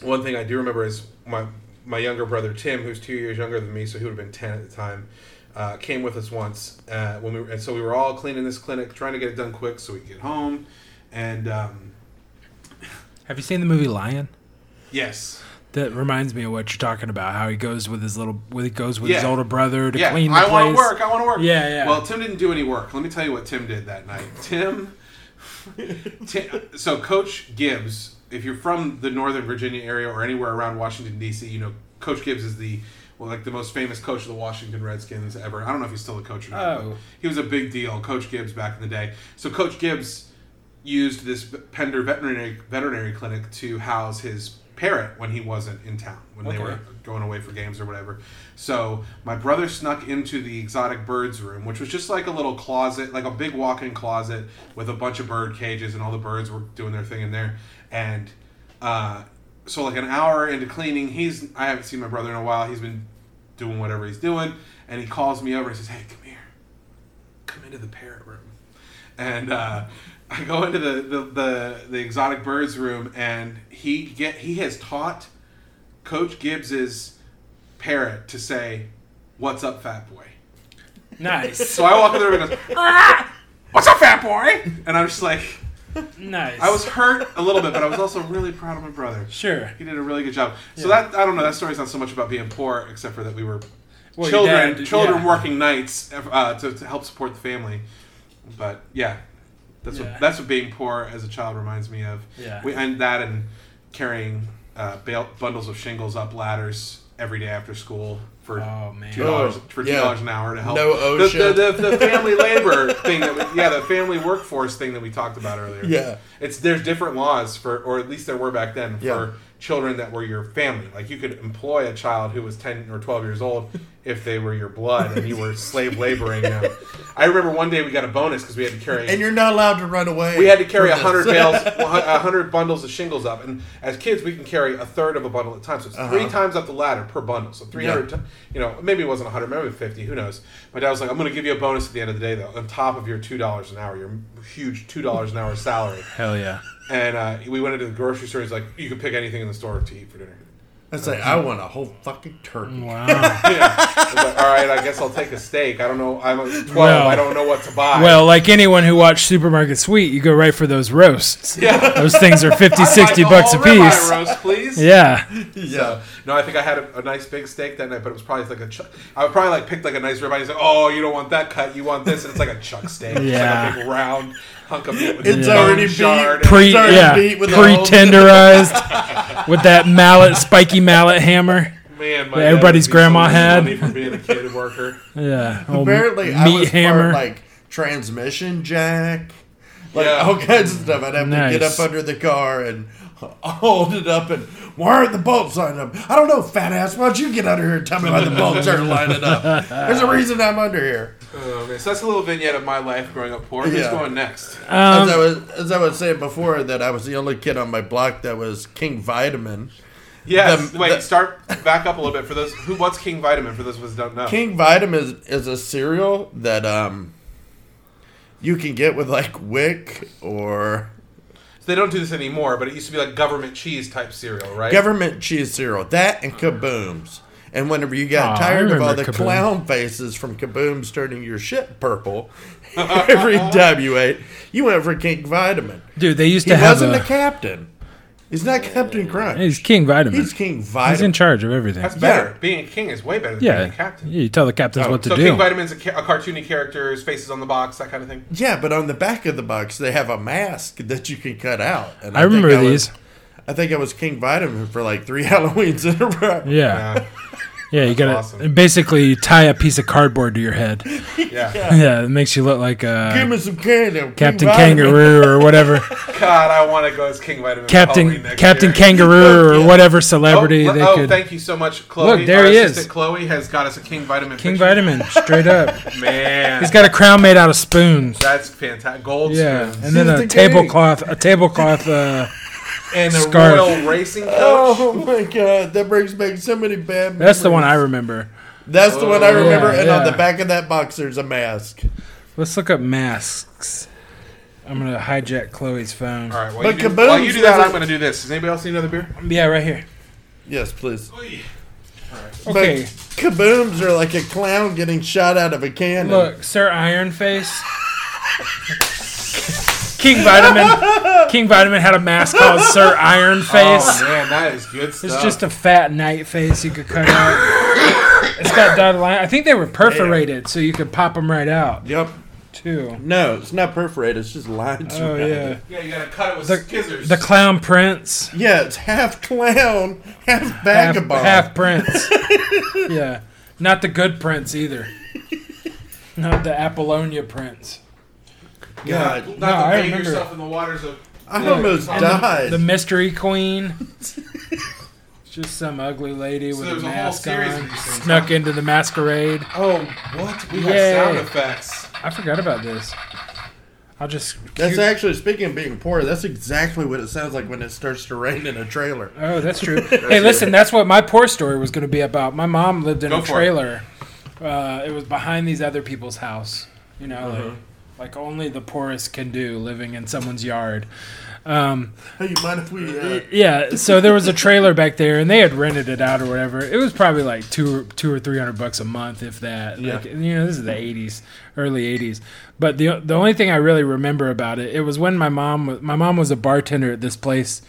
one thing I do remember is my my younger brother Tim, who's two years younger than me, so he would have been ten at the time, uh, came with us once uh, when we were, and so we were all cleaning this clinic, trying to get it done quick so we could get home. And um, Have you seen the movie Lion? yes, That reminds me of what you're talking about. How he goes with his little, with he goes with his Yeah. older brother to yeah, clean the I place. want to work. I want to work. Yeah, yeah. Well, Tim didn't do any work. Let me tell you what Tim did that night. Tim, Tim so Coach Gibbs, if you're from the Northern Virginia area or anywhere around Washington D.C., you know Coach Gibbs is the well, like the most famous coach of the Washington Redskins ever. I don't know if he's still a coach or not. but Oh. he was a big deal, Coach Gibbs back in the day. So Coach Gibbs used this Pender veterinary veterinary clinic to house his parrot when he wasn't in town when they Okay. were going away for games or whatever. So my brother snuck into the exotic birds room, which was just like a little closet, like a big walk-in closet with a bunch of bird cages, and all the birds were doing their thing in there. And uh, so, like an hour into cleaning, he's I haven't seen my brother in a while. He's been doing whatever he's doing, and he calls me over and says, "Hey, come here, come into the parrot room." and uh, I go into the, the, the, the exotic birds room, and he get he has taught Coach Gibbs's parrot to say, "What's up, fat boy?" Nice, So I walk in the room and goes, "Ah! "What's up, fat boy?" And I'm just like, nice. I was hurt a little bit, but I was also really proud of my brother. sure. He did a really good job. So that I don't know. That story's not so much about being poor, except for that we were Well, your children, dad- children yeah. working nights uh, to, to help support the family. But yeah, that's Yeah. what that's what being poor as a child reminds me of. Yeah. we and that and carrying uh, bail, bundles of shingles up ladders every day after school for Oh, man. two dollars Oh, for two yeah. dollars an hour to help. No the, OSHA. the, the, the family labor thing that we, yeah the family workforce thing that we talked about earlier. Yeah. It's there's different laws for, or at least there were back then Yeah. for children that were your family. Like you could employ a child who was ten or twelve years old if they were your blood and you were slave laboring them. I remember one day we got a bonus because we had to carry. And you're not allowed to run away. we had to carry a from this. hundred bales, a hundred bundles of shingles up, and as kids we can carry a third of a bundle at a time. So it's three Uh-huh. times up the ladder per bundle. So three hundred, Yeah. you know, maybe it wasn't hundred, maybe fifty. Who knows? My dad was like, "I'm going to give you a bonus at the end of the day, though, on top of your two dollars an hour, your huge two dollars an hour salary." Hell yeah. And uh, we went into the grocery store. He's like, "You can pick anything in the store to eat for dinner." I say, I want a whole fucking Mm-hmm. turkey. Wow. I was like, All right, I guess I'll take a steak. I don't know. I'm a twelve. Well- I don't know what to buy. Well, like anyone who watched Supermarket Sweet, you go right for those roasts. yeah. Those things are 50, I'd 60 like bucks a a whole ribeye piece. Roast, please. Yeah. So, no, I think I had a, a nice big steak that night, but it was probably like a. Ch- I would probably like picked like a nice ribeye. He's like, "Oh, you don't want that cut. You want this." And it's like a chuck steak. Yeah. It's like a big round hunk of meat. With It's bone already beat. shard and- Pre Sorry, yeah, beat with the pre tenderized with that mallet, spiky mallet hammer. man, that my dad everybody's would be grandma so had. funny For being a kid worker. Yeah. old Apparently, meat I was hammer. part like transmission jack, like Yeah. all kinds of stuff. I'd have to get Nice. up under the car and hauled up and why aren't the bolts lined up? I don't know, fat ass. Why don't you get under here and tell me why the bolts aren't lining up? There's a reason I'm under here. Oh, man. So that's a little vignette of my life growing up poor. Who's Yeah. going next? Uh, as, I was, as I was saying before, that I was the only kid on my block that was King Vitamin. Yes. The- Wait, the- start back up a little bit for those who what's King Vitamin for those of us who don't know. King Vitamin is, is a cereal that um you can get with like Wick or They don't do this anymore, but it used to be like government cheese type cereal, right? government cheese cereal. That and Kabooms. And whenever you got Aw, I tired of all remember the Kaboom. clown faces from Kabooms turning your shit purple every time you ate, you went for King Vitamin. Dude, they used He to have wasn't a, the captain. He's not Captain Crunch. He's King Vitamin. He's He's, King in Vitamin. charge of everything. That's better. Yeah. Being a king is way better than yeah. being a captain. You tell the captains what to so do. King Vitamin's a, ca- a cartoony character, his face is on the box, that kind of thing. yeah, but on the back of the box, they have a mask that you can cut out. And I remember think these. Was, I think I was King Vitamin for like three Halloweens in a row. yeah. Yeah. Yeah, you gotta awesome. and basically you tie a piece of cardboard to your head. yeah. yeah, it makes you look like Give uh, me some candy. I'm King Captain Vitamin. Kangaroo or whatever. God, I want to go as King Vitamin. for Captain Halloween next Captain year. Kangaroo or whatever Oh, celebrity le- they oh, could. thank you so much, Chloe. Look, there Our he is. assistant Chloe has got us a King Vitamin. King picture. Vitamin, straight up. Man, He's got a crown made out of spoons. that's fantastic. Gold Yeah, spoons. and then He's a the tablecloth, a tablecloth. Uh, and a scarf. Royal Racing Coach. Oh my god, that brings back so many bad. that's the one I memories. remember. That's the one I Oh, remember. yeah, and on yeah. the back of that box, there's a mask. Let's look up masks. I'm gonna hijack Chloe's phone. All right, while, But you do, Kaboom's while you do that, never- I'm going to do this. Does anybody else need another beer? Yeah, right here. Yes, please. Okay, But kabooms are like a clown getting shot out of a cannon. look, Sir Iron Face. King Vitamin. King Vitamin had a mask called Sir Iron Face. Oh man, that is good stuff. It's just a fat night face you could cut out. It's got dotted line. I think they were perforated, so you could pop them right out Yep. too. No, it's not perforated. It's just lines. Oh around yeah, it. yeah, you got to cut it with the, scissors. the clown prince. Yeah, it's half clown, half half, vagabond. half prince. yeah, not the good prince either. Not the Apollonia prince. yeah, God. not No, to I bathe remember. yourself in the waters of. I almost And died. The mystery queen. Just some ugly lady So with there's a a whole mask series on, of these things, snuck into the masquerade. Oh, what? We have Yay. sound effects. I forgot about this. I'll just. that's actually speaking of being poor. That's exactly what it sounds like when it starts to rain in a trailer. Oh, that's true. hey, listen, that's what my poor story was going to be about. My mom lived in Go a for it. trailer. Uh, it was behind these other people's house. You know, Uh-huh. like, like only the poorest can do, living in someone's yard. Um, Hey, you mind if we? Uh, yeah, so there was a trailer back there, and they had rented it out or whatever. It was probably like two, or, two or three hundred bucks a month, if that. Yeah. Like, you know, this is the '80s, early '80s. But the the only thing I really remember about it, it was when my mom was my mom was a bartender at this place.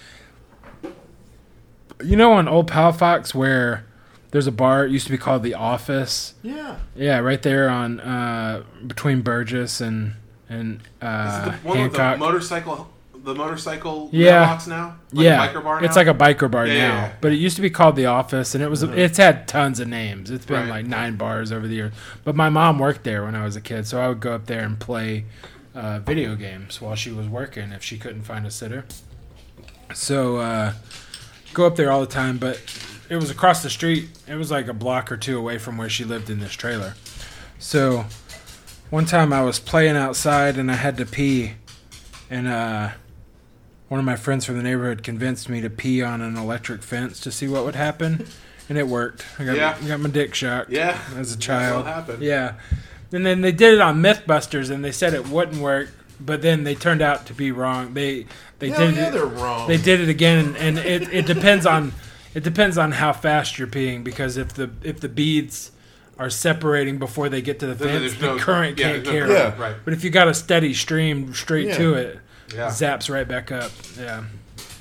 You know, on Old Palafox where there's a bar. It used to be called the Office. yeah. Yeah, right there on uh, between Burgess and and uh, Is it the one with the Hancock. motorcycle, the motorcycle Yeah. mailbox now? Like yeah, a biker bar it's now? like a biker bar Yeah, now, yeah, yeah. but it used to be called the Office, and it was it's had tons of names. It's been Right. like nine bars over the years. But my mom worked there when I was a kid, so I would go up there and play uh, video games while she was working if she couldn't find a sitter. So uh, go up there all the time, but it was across the street. It was like a block or two away from where she lived in this trailer. So one time I was playing outside and I had to pee, and uh, one of my friends from the neighborhood convinced me to pee on an electric fence to see what would happen, and it worked. I got, Yeah. I got my dick shocked Yeah. as a That's child. what happened. Yeah. And then they did it on Mythbusters and they said it wouldn't work, but then they turned out to be wrong. They they Hell did yeah, they're it, wrong. they did it again and it, it depends on it depends on how fast you're peeing because if the if the beads are separating before they get to the Then fence, there's the no- current yeah, can't there's no carry. current, it. Yeah. Right. But if you got a steady stream straight Yeah. to it, Yeah. zaps right back up. Yeah.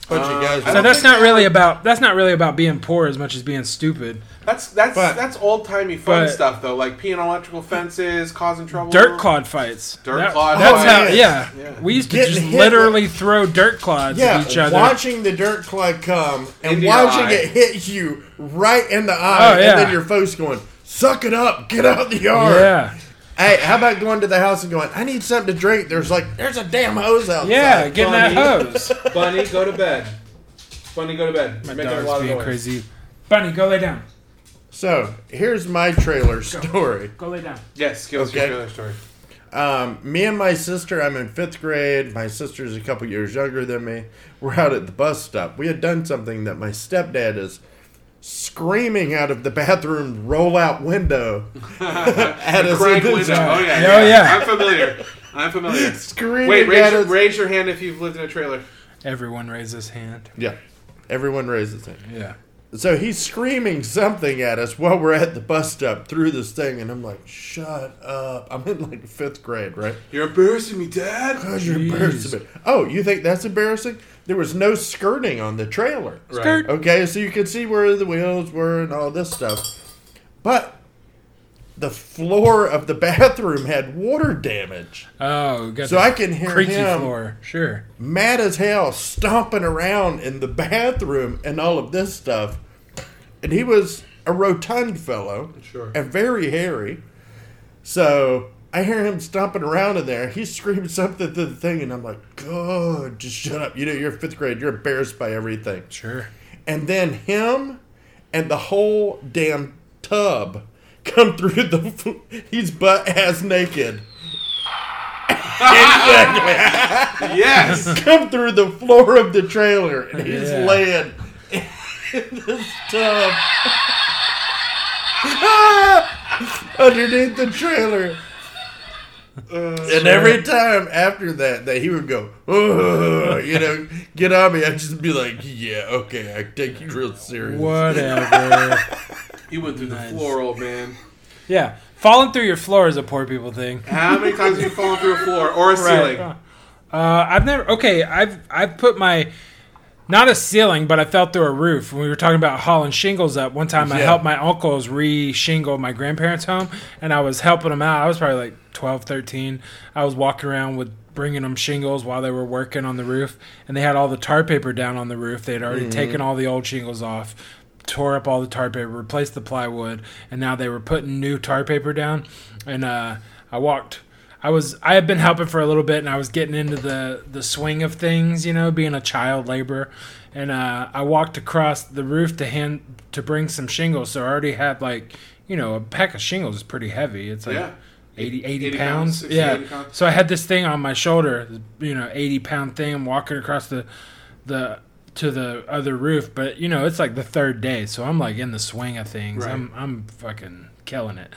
bunch Uh, of guys. I So don't that's think not they really about that's not really about being poor as much as being stupid. That's that's But- that's old timey fun but- stuff though, like peeing on electrical fences, causing trouble. Dirt clod fights. Dirt clod That's fights. how. Yeah. Yeah. we used to Getting just hit literally throw dirt clods Yeah, at each other. watching the dirt clod come and In your watching eye. it hit you right in the eye, Oh, yeah. and then your folks going, "Suck it up, get out the yard." yeah, Hey, how about going to the house and going, "I need something to drink"? There's like, there's a damn hose outside. yeah, getting that Bunny. hose. Bunny, go to bed. Bunny, go to bed. My You're making a lot dog's of being noise. crazy. Bunny, go lay down. So here's my trailer story. Go lay down. Yes, give us Okay. your trailer story. Um, me and my sister, I'm in fifth grade. My sister's a couple years younger than me. We're out at the bus stop. We had done something that my stepdad is screaming out of the bathroom rollout window at us. Crack in the- window. Oh yeah. Yeah, oh, yeah. I'm familiar. I'm familiar. Screaming Wait, at raise your, us. raise your hand if you've lived in a trailer. Everyone raise his hand. yeah. Everyone raises it. Yeah. So he's screaming something at us while we're at the bus stop through this thing, and I'm like, "Shut up!" I'm in like fifth grade, right? You're embarrassing me, Dad. Because you're Jeez. embarrassing. Oh, you think that's embarrassing? There was no skirting on the trailer. Skirt. Okay, so you could see where the wheels were and all this stuff. But the floor of the bathroom had water damage. Oh, got So the I can hear creaky him. floor. Sure. Mad as hell, stomping around in the bathroom and all of this stuff. And he was a rotund fellow Sure. and very hairy. So I hear him stomping around in there. He screams something to the thing, and I'm like, God, just shut up. You know, you're fifth grade. You're embarrassed by everything. Sure. and then him and the whole damn tub come through the f- he's butt ass naked Exactly. Yes. come through the floor of the trailer and he's Yeah. laying in this tub underneath the trailer and every time after that, that he would go, "Ugh," you know, get on me. I'd just be like, yeah, okay, I take you real serious. Whatever. You went through the floor, old man. yeah. Falling through your floor is a poor people thing. How many times have you fallen through a floor or a ceiling? Uh, I've never. Okay, I've I've put my not a ceiling, but I fell through a roof. When we were talking about hauling shingles up, one time I Yeah. helped my uncles re-shingle my grandparents' home, and I was helping them out. I was probably like 12, 13. I was walking around with bringing them shingles while they were working on the roof, and they had all the tar paper down on the roof. They had already taken all the old shingles off. Tore up all the tar paper, replaced the plywood, and now they were putting new tar paper down. And uh, I walked I was I had been helping for a little bit, and I was getting into the the swing of things, you know, being a child laborer. And uh, I walked across the roof to hand to bring some shingles. So I already had like you know a pack of shingles is pretty heavy. It's like Yeah. eighty eighty 80, 80 80 pounds, pounds. 60, yeah. 80 pounds. So I had this thing on my shoulder, you know, eighty pound thing. I'm walking across the the to the other roof, but you know, it's like the third day, so I'm like in the swing of things. Right. I'm I'm fucking killing it.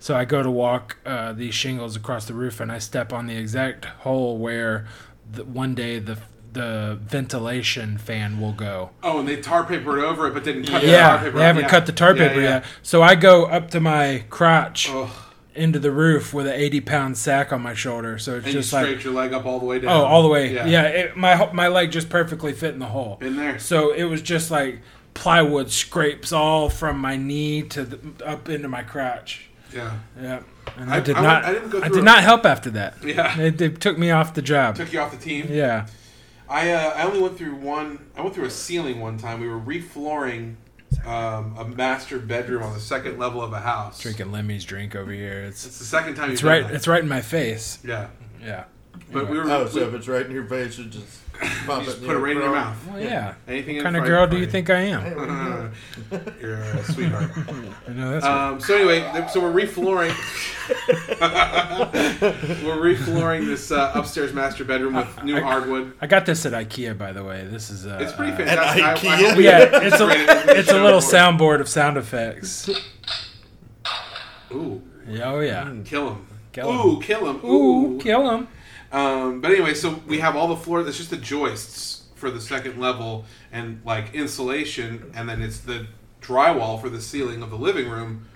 So I go to walk uh, these shingles across the roof, and I step on the exact hole where the, one day the the ventilation fan will go. Oh, and they tar papered over it, but didn't cut the tar Yeah, paper. they haven't cut the tar paper yet. So I go up to my crotch Oh, into the roof with an 80 pound sack on my shoulder. So it's and just you like scraped your leg up all the way down. Oh, all the way. Yeah. Yeah, it, my ho- my leg just perfectly fit in the hole. In there. So it was just like plywood scrapes all from my knee to the, up into my crotch. Yeah. Yeah. And I- I, did I- not. I I, didn't go did through it. not help after that. Yeah. They, they took me off the job. Took you off the team. yeah. I uh, I only went through one. I went through a ceiling one time. We were reflooring um, a master bedroom on the second level of a house. Drinking Lemmy's drink over here. It's It's the second time it's you've right. done It's right in my face. that. Yeah, Yeah. but we were. Oh, we- so if it's right in your face, you just pop you just it in put it right in your mouth. Well, yeah. Anything in What kind of front- girl do you think I am? Hey, what are you doing? You're a sweetheart. I know that's Um, so anyway, th- so we're reflooring. we're reflooring this uh, upstairs master bedroom with new hardwood. I got this at IKEA, by the way. This is uh, It's pretty uh, fantastic. I- I Ikea. hope we Yeah, it's integrate it into a the it's a show little for- soundboard of sound effects. Ooh, Yeah, Oh yeah. kill him. Kill him. Mm. Ooh, kill him. Ooh, kill him. Um, but anyway, so we have all the floor. That's just the joists for the second level and like insulation, and then it's the drywall for the ceiling of the living room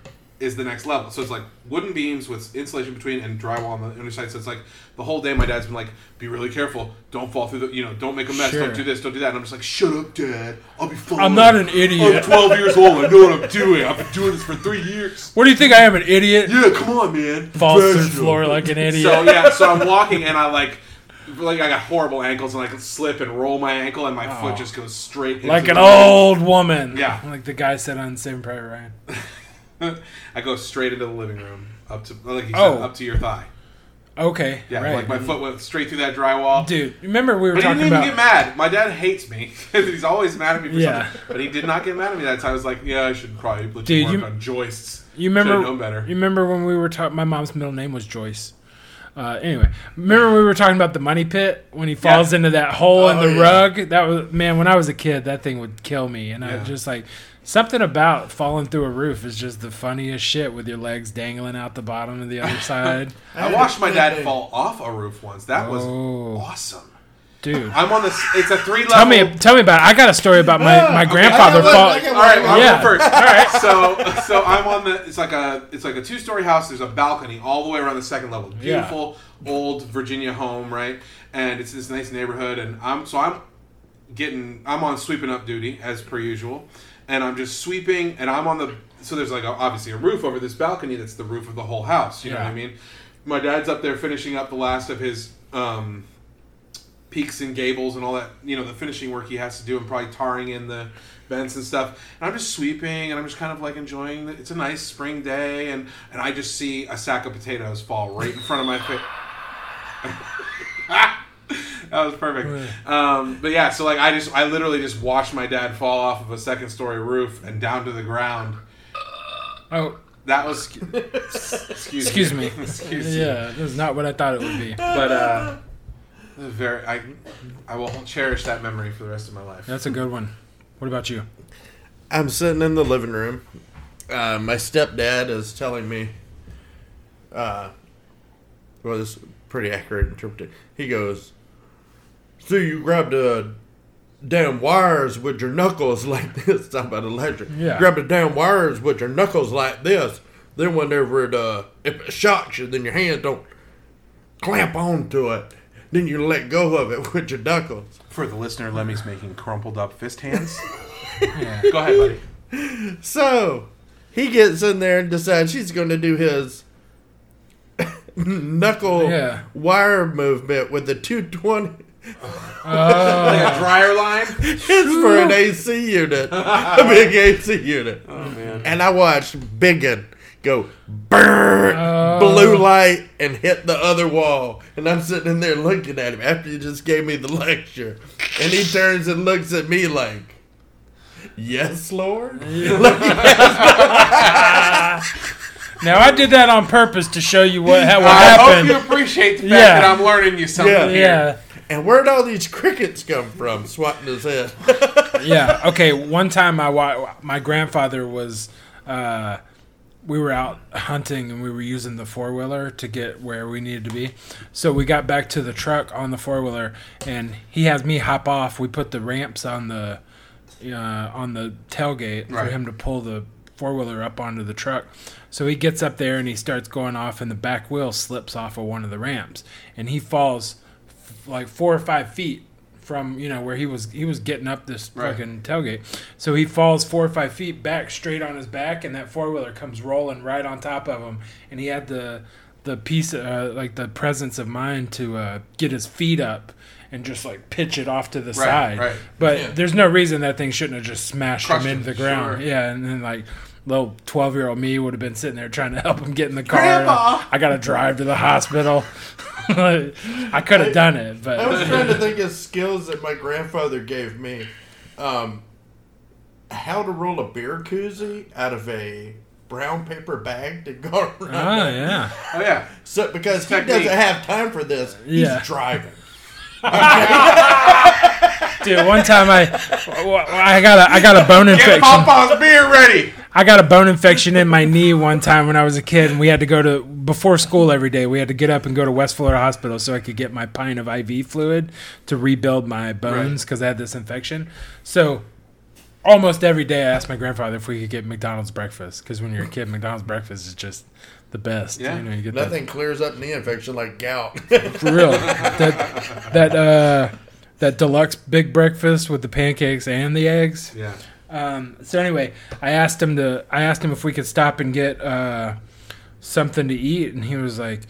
is the next level. So it's like wooden beams with insulation between and drywall on the underside. So it's like the whole day my dad's been like, "Be really careful. Don't fall through the. You know, don't make a mess. Sure. Don't do this. Don't do that." And I'm just like, "Shut up, Dad. I'll be fine. I'm not an I'm idiot. 12 years old. I know what I'm doing. I've been doing this for three years. What do you think I am, an idiot? Yeah, come on, man. Falls through the Professional." floor like an idiot. So yeah, so I'm walking and I like like I got horrible ankles and I can slip and roll my ankle and my foot just goes straight into Oh. like an the- old woman. Yeah. Like the guy said on Saving Private Ryan. I go straight into the living room up to like you said, Oh. up to your thigh. Okay. Yeah, right. like my foot went straight through that drywall. Dude, remember we were But he talking didn't even about get mad. My dad hates me. He's always mad at me for Yeah. something. But he did not get mad at me that time. I was like, yeah, I should probably let Dude, you work you- on joists. You Should've remember? known better. You remember when we were talking? My mom's middle name was Joyce. Uh, anyway, remember when we were talking about the money pit when he falls into that hole in Oh, the yeah. rug? That was man. When I was a kid, that thing would kill me, and I Yeah. was just like something about falling through a roof is just the funniest shit with your legs dangling out the bottom of the other side, I watched my dad Hey. fall off a roof once. That was Oh. awesome. dude. I'm on this. It's a three level. Tell me, tell me about. It. I got a story about my, my grandfather one, fall. I got All right, well, I'll Yeah. go first. All right. So, so I'm on the. It's like a. It's like a two story house. There's a balcony all the way around the second level. Yeah. Beautiful old Virginia home, right? And it's this nice neighborhood. And I'm so I'm getting. I'm on sweeping up duty as per usual, and I'm just sweeping. And I'm on the. So there's like a, obviously a roof over this balcony. That's the roof of the whole house. You know Yeah. what I mean? My dad's up there finishing up the last of his. Um, peaks and gables and all that you know the finishing work he has to do and probably tarring in the vents and stuff and i'm just sweeping and i'm just kind of like enjoying the, it's a nice spring day and and i just see a sack of potatoes fall right in front of my face that was perfect um, but yeah so like i just i literally just watched my dad fall off of a second story roof and down to the ground Oh, that was excuse, excuse me. excuse me Yeah, that was not what I thought it would be. but uh very i i will cherish that memory for the rest of my life That's a good one. What about you? I'm sitting in the living room. Uh, my stepdad is telling me, uh, well, this is a pretty accurate interpretation. He goes, "So you grabbed the damn wires with your knuckles like this? Talk about electric. Yeah. Grab the damn wires with your knuckles like this. Then whenever it uh, if it shocks you, then your hands don't clamp onto it. Then you let go of it with your knuckles." For the listener, Lemmy's making crumpled up fist hands. Yeah. Go ahead, buddy. So he gets in there and decides he's going to do his knuckle Yeah. wire movement with the 220. Uh, like a dryer line. It's for an AC unit, a big AC unit. Oh man. And I watched Biggin go burn blue light and hit the other wall. And I'm sitting in there looking at him after you just gave me the lecture. And he turns and looks at me like, Yes, Lord? Now I did that on purpose to show you what what I hope happened. you appreciate the fact Yeah. that I'm learning you something Yeah. here. Yeah. And where'd all these crickets come from? Swatting his head. Yeah. Okay. One time, my wa- my grandfather was, uh, we were out hunting and we were using the four wheeler to get where we needed to be. So we got back to the truck on the four wheeler, and he has me hop off. We put the ramps on the uh, on the tailgate for Right. him to pull the four wheeler up onto the truck. So he gets up there and he starts going off, and the back wheel slips off of one of the ramps, and he falls f- like four or five feet from you know where he was he was getting up this Right. fucking tailgate. So he falls four or five feet back straight on his back, and that four wheeler comes rolling right on top of him, and he had the the piece uh, like the presence of mind to uh, get his feet up. And just like pitch it off to the side, right. but Yeah. there's no reason that thing shouldn't have just smashed Crushed him into him, the ground. sure. Yeah, and then like little twelve year old me would have been sitting there trying to help him get in the car. Grandpa! I got to drive to the hospital. I could have done it, I was but trying to think of skills that my grandfather gave me. Um, how to roll a beer koozie out of a brown paper bag to go around. oh yeah, Oh yeah. So, because he Technique. doesn't have time for this, Yeah. he's driving. dude. One time I, I got a I got a bone Get infection. Papa's beer ready. I got a bone infection in my knee one time when I was a kid, and we had to go to before school every day. We had to get up and go to West Florida Hospital so I could get my pint of IV fluid to rebuild my bones because I had this infection. So almost every day, I asked my grandfather if we could get McDonald's breakfast because when you're a kid, McDonald's breakfast is just the best. Yeah. you, know, you get that Nothing clears up knee infection like gout. for real. That that uh, that deluxe big breakfast with the pancakes and the eggs. Yeah. Um, so anyway, I asked him to. I asked him if we could stop and get uh, something to eat, and he was like,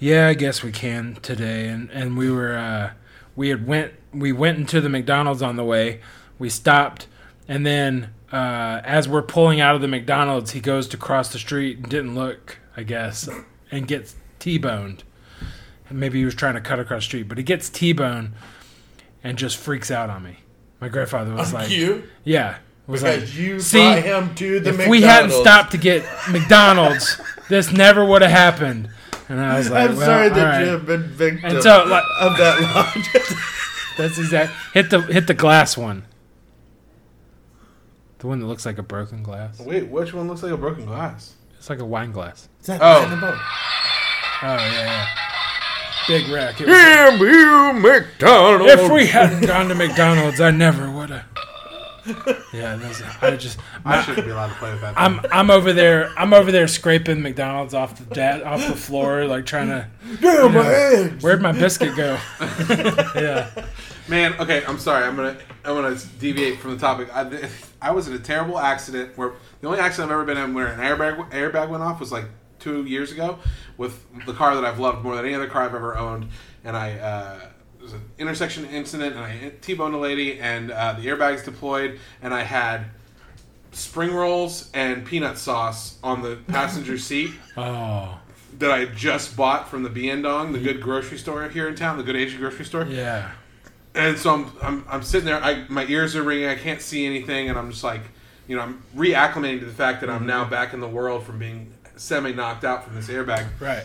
"Yeah, I guess we can today." And and we were uh, we had went we went into the McDonald's on the way. We stopped, and then uh, as we're pulling out of the McDonald's, he goes to cross the street and didn't look, I guess, and gets t-boned. Maybe he was trying to cut across the street, but he gets T-bone and just freaks out on me. My grandfather was like, you "Yeah." Was because like, you "See, brought him to the if McDonald's. we hadn't stopped to get McDonald's, this never would have happened." And I was like, I'm well, sorry all that right. you have been victim And so, like, of that logic. that's exact. Hit the hit the glass one. The one that looks like a broken glass. Wait, which one looks like a broken glass? It's like a wine glass. Oh. Oh yeah, yeah. Big wreck. It was- Damn you, McDonald's. if we hadn't gone to McDonald's, I never would have. Yeah, that's, I just I shouldn't be allowed to play with that. I'm I'm over there I'm over there scraping McDonald's off the da- off the floor like trying to Damn my Yeah. eggs. where'd my biscuit go? yeah, Man, okay, I'm sorry. I'm gonna I'm gonna deviate from the topic. I, I was in a terrible accident where the only accident I've ever been in where an airbag airbag went off was like two years ago with the car that I've loved more than any other car I've ever owned, and I uh, it was an intersection incident, and I t-boned a lady, and uh, the airbags deployed, and I had spring rolls and peanut sauce on the passenger seat oh that I just bought from the Biendong, the good grocery store here in town, the good Asian grocery store. yeah. And so I'm, I'm, I'm sitting there. I, my ears are ringing. I can't see anything, and I'm just like, you know, I'm reacclimating to the fact that Mm-hmm. I'm now back in the world from being semi knocked out from this airbag. Right.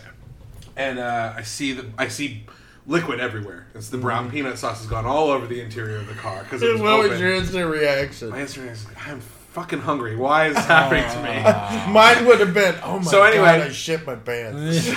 And uh, I see the, I see liquid everywhere. It's the brown peanut sauce has gone all over the interior of the car because it was Mm-hmm. What open. was your instant reaction? my answer is, I'm fucking hungry. Why is this happening to me? Mine would have been, oh my So anyway- god, I shit my pants.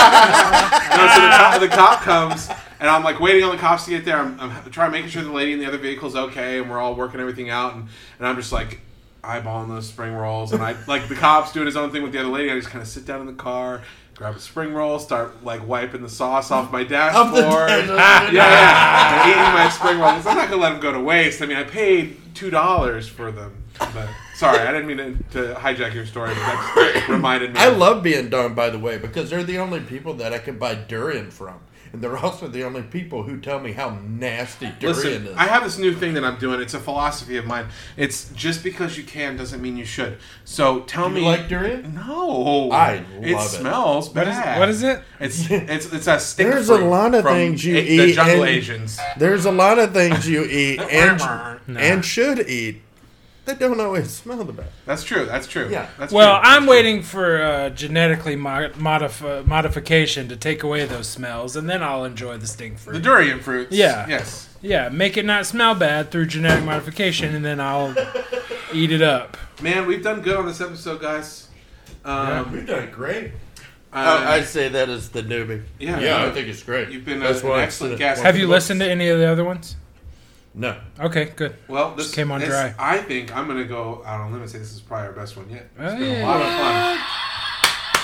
No, so the, cop, the cop comes, and I'm like waiting on the cops to get there. I'm, I'm trying making sure the lady in the other vehicle's okay, and we're all working everything out. And, and I'm just like eyeballing those spring rolls, and I like the cops doing his own thing with the other lady. I just kind of sit down in the car, grab a spring roll, start like wiping the sauce off my Off the dashboard. dashboard. yeah, yeah, and eating my spring rolls. I'm not gonna let them go to waste. I mean, I paid two dollars for them. But sorry, I didn't mean to, to hijack your story. But that just reminded me. I of- love being dumb, by the way, because they're the only people that I can buy durian from. And they're also the only people who tell me how nasty durian Listen, is. I have this new thing that I'm doing. It's a philosophy of mine. It's just because you can doesn't mean you should. So tell you me, like durian? no, I it. love it. smells What is bad. what is it? It's it's it's a stick. There's a fruit lot of from things you A- The eat jungle and- Asians. There's a lot of things you eat and Nah. and should eat that don't always smell the best. That's true. That's true. Yeah. That's Well, true. I'm waiting for uh, genetically mod- modif- modification to take away those smells, and then I'll enjoy the stink the fruit. durian fruits. Yeah. Yes. Yeah, make it not smell bad through genetic modification, and then I'll eat it up. Man, we've done good on this episode, guys. Um, We've done great. uh, I say that as the newbie. Yeah. I think it's great. You've been a- That's an why I excellent said- guest. Have you listened to any of the other ones? No. Okay, good. well, this came on this- dry. I think I'm gonna go out on a limb and say this is probably our best one yet. It's Oh, been yeah. a lot of fun.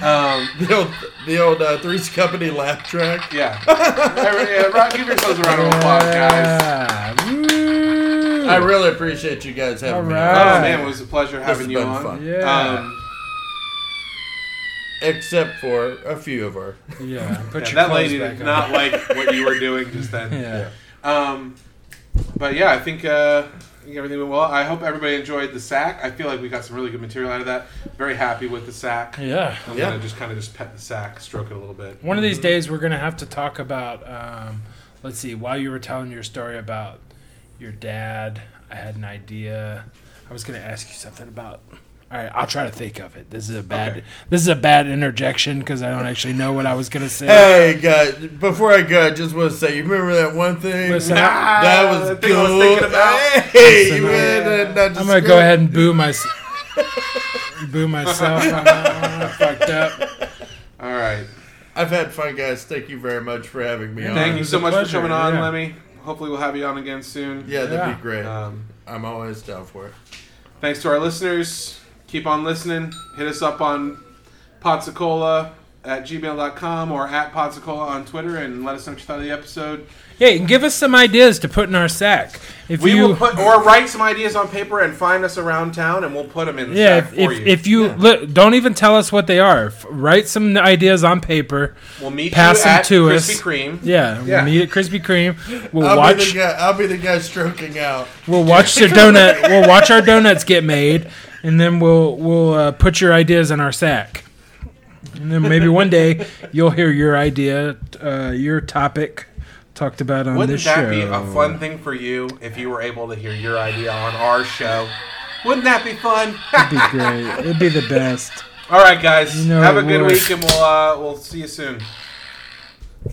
The old, the old uh, Three's Company laugh track. Yeah. Every- yeah, Rob, give yourselves a round of applause, guys. Yeah. Woo. I really appreciate you guys having me All on. right. Oh man, it was a pleasure having has you been on. fun. Yeah. Um, Except for a few of our. yeah. Put yeah, your that clothes lady back did on. not like what you were doing just then. Yeah. Um, but yeah, I think, uh, I think everything went well. I hope everybody enjoyed the sack. I feel like we got some really good material out of that. Very happy with the sack. Yeah. I'm Yeah. gonna just kind of just pet the sack, stroke it a little bit. One of these days, we're gonna have to talk about. Um, let's see. While you were telling your story about your dad, I had an idea. I was gonna ask you something about. All right, I'll try to think of it. This is a bad. Okay. This is a bad interjection because I don't actually know what I was gonna say. Hey, guys, before I go, I just want to say, you remember that one thing? Listen, Ah, that was the good. thing I was thinking about. Hey, Listen, you uh, had that- that I'm gonna go ahead and boo my boo myself. I fucked up. All right. I've had fun, guys. Thank you very much for having me on. Thank it you was so a much pleasure, for coming on, yeah. Lemmy. Hopefully, we'll have you on again soon. Yeah, that'd Yeah. be great. Um, I'm always down for it. Thanks to our listeners. Keep on listening. Hit us up on Potsacola at gmail.com or at Potsacola on Twitter and let us know what you thought of the episode. Yeah, and give us some ideas to put in our sack. If We you will put or write some ideas on paper and find us around town and we'll put them in the yeah, sack if for if, you. if you look, don't even tell us what they are. F- write some ideas on paper. we'll meet pass you them at to us. Krispy Kreme. Yeah, Yeah. we'll meet at Krispy Kreme. We'll I'll be watch. the guy. I'll be the guy stroking out. We'll watch the donut. We'll watch our donuts get made, and then we'll we'll uh, put your ideas in our sack. And then maybe one day you'll hear your idea, uh, your topic talked about on Wouldn't this that show. be a fun thing for you if you were able to hear your idea on our show? Wouldn't that be fun? It'd be great. It'd be the best. All right, guys. You know have a it good would. week, and we'll uh, we'll see you soon.